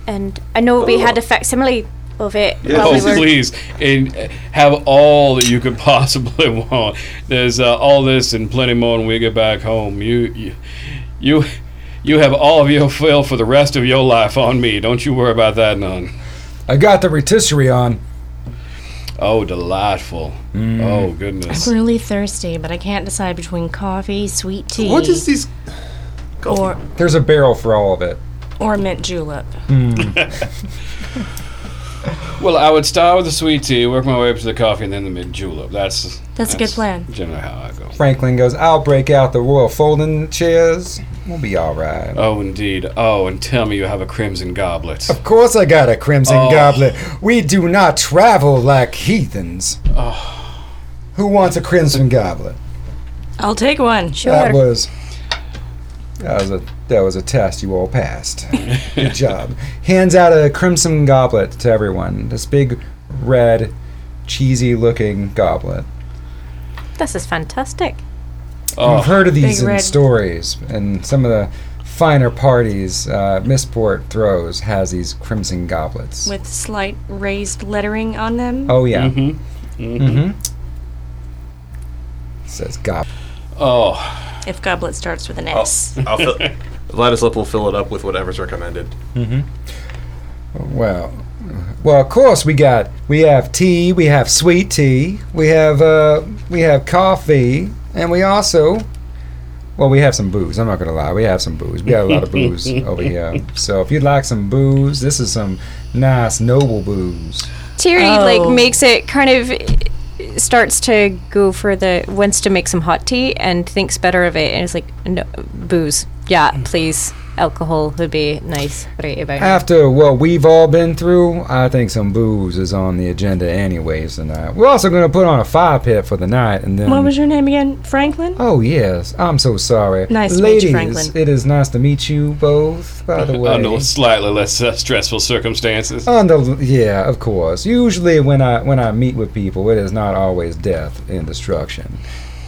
and I know we had a facsimile of it while we
Oh,
were
please, and uh, have all that you could possibly want. There's uh, all this and plenty more when we get back home. You, you, you, you have all of your fill for the rest of your life on me. Don't you worry about that none.
I got the rotisserie on.
Oh, delightful.
Mm.
Oh goodness.
I'm really thirsty, but I can't decide between coffee, sweet tea,
What is these? Coffee.
or
There's a barrel for all of it.
or mint julep.
Well, I would start with the sweet tea, work my way up to the coffee, and then the mint julep. That's
That's a good plan.
Generally, how I go.
Franklin goes, I'll break out the royal folding chairs. We'll be all right.
Oh, indeed. Oh, and tell me you have a crimson goblet.
Of course, I got a crimson
Oh.
goblet. We do not travel like heathens. Who wants a crimson goblet?
I'll take one.
That
Sure.
was that was a that was a test you all passed. Good job. Hands out a crimson goblet to everyone. This big, red, cheesy-looking goblet.
This is fantastic.
Oh.
I've heard of these
Big
in
red-
stories, and some of the finer parties uh, Missport throws has these crimson goblets.
With slight raised lettering on them.
oh yeah,
hmm
Mm-hmm.
It says gob.
Oh,
If goblet starts with an
Oh.
S.
I'll fill, Ladislip will fill it up with whatever's recommended.
Well, well, of course we got we have tea, we have sweet tea, we have uh, we have coffee, and we also. Well, we have some booze. I'm not gonna lie. We have some booze. We have a lot of booze over here. So if you'd like some booze, this is some nice noble booze.
Terry
Oh.
like makes it kind of starts to go for the wants to make some hot tea and thinks better of it and is like no booze. Yeah, please. Alcohol would be nice right about now.
After what we've all been through, I think some booze is on the agenda anyways tonight. We're also going to put on a fire pit for the night and then
What was your name again? Franklin?
Oh yes, I'm so sorry.
Nice to meet
Ladies,
you, Franklin.
it is nice to meet you both. By the way,
under slightly less uh, stressful circumstances.
Under- yeah, of course. Usually when I when I meet with people, it is not always death and destruction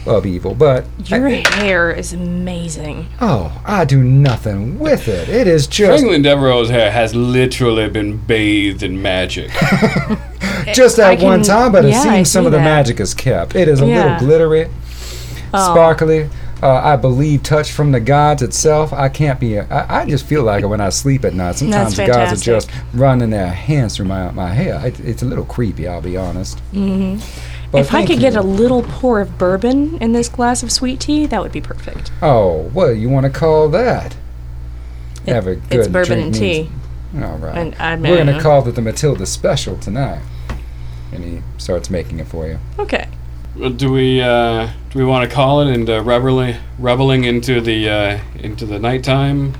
of evil, but
Your hair is amazing.
oh, I do nothing with it. It is just
Franklin Devereaux's hair has literally been bathed in magic.
just
I
that one
can-
time, but
yeah,
it
I
seems some
see
of the
that.
magic is kept. It is a
Yeah.
little glittery,
Oh.
sparkly. Uh, I believe touch from the gods itself. I can't be. I, I just feel like it when I sleep at night. Sometimes the gods are
fantastic.
just running their hands through my my hair. It, it's a little creepy. I'll be honest. But
Mm-hmm. Oh, if I
thank
could get
you.
a little pour of bourbon in this glass of sweet tea, that would be perfect.
oh, what do you want to call that? Have a good
it's bourbon
drink
and
means-
tea.
All right.
And I
Uh, We're gonna
mean-
call it the Matilda Special tonight. And he starts making it for you.
Okay.
Well, do we uh, do we want to call it and uh, reveling reveling into the uh, into the nighttime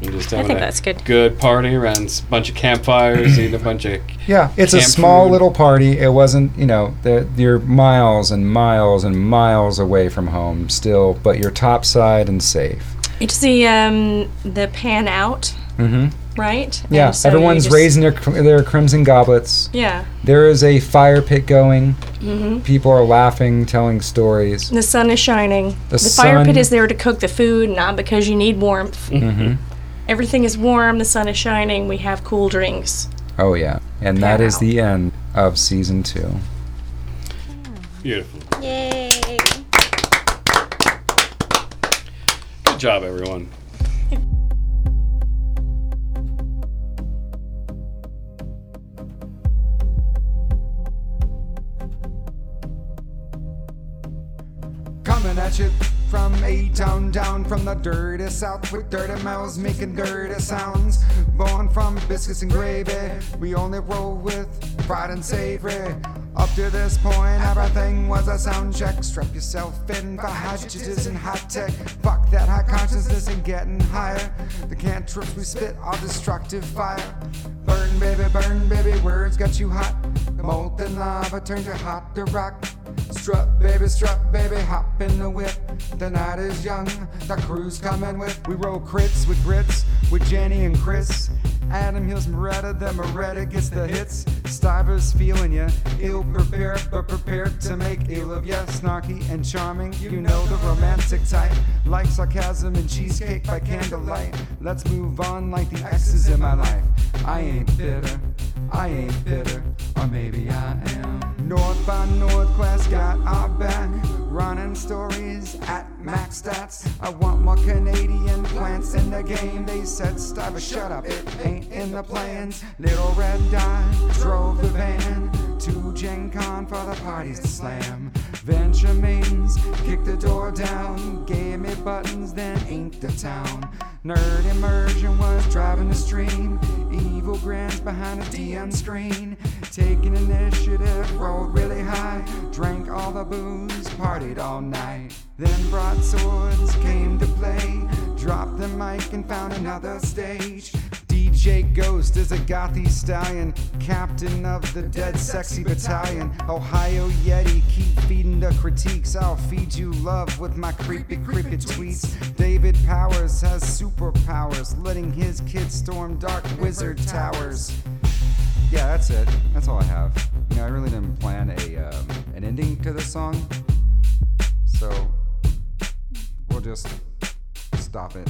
You're just
I
having
think
a
that's good.
good party around a bunch of campfires, eating a bunch of.
Yeah, it's a
Camp
small
food.
little party. It wasn't, you know, the, you're miles and miles and miles away from home still, but you're topside and safe.
It's the um the pan out,
Mm-hmm.
right?
Yeah,
And so you
everyone's
just-
raising their cr- their crimson goblets.
Yeah.
There is a fire pit going.
Mm-hmm.
People are laughing, telling stories.
The sun is shining.
The
fire
sun-
pit is there to cook the food, not because you need warmth.
Mm-hmm.
Everything is warm. The sun is shining. We have cool drinks.
Oh yeah, and that is
Wow.
the end of season two.
Beautiful.
Yay!
Good job, everyone.
Coming at you from A Town down from the dirty south with dirty mouths making dirty sounds. Born from biscuits and gravy, we only roll with pride and savory. Up to this point, everything was a sound check. Strap yourself in for hostages and high tech. Fuck that high consciousness and getting higher. The cantrips we spit are destructive fire. Burn, baby, burn, baby, words got you hot. Molten lava turned you hot to rock. Strut, baby, strut, baby, hop in the whip. The night is young, the crew's coming with. We roll crits with grits, with Jenny and Chris. Adam Hills Moretta, then Moretta gets the hits. Stiver's feeling ya, ill prepared, but prepared to make ill of ya. Snarky and charming, you know the romantic type. Like sarcasm and cheesecake by candlelight. Let's move on like the exes in my life. I ain't bitter. I ain't bitter, or maybe I am. North by Northwest got our back. Running stories at max stats. I want more Canadian plants in the game. They said, Stop it, shut up, it ain't in the plans. Little Red Dye drove the van to Gen Con for the parties to slam. Venture mains, kick the door down. Gave me buttons, then ain't the town. Nerd immersion was driving the stream. Evil grins behind a DM screen. Taking initiative, rolled really high. Drank all the booze, partied all night. Then broadswords came to play. Dropped the mic and found another stage. DJ Ghost is a gothy stallion, captain of the dead sexy battalion. Ohio Yeti, keep feeding the critiques. I'll feed you love with my creepy, creepy tweets. David Powers has superpowers, letting his kids storm dark wizard towers. Yeah, that's it. That's all I have. You know, I really didn't plan a um, an ending to this song, so we'll just stop it.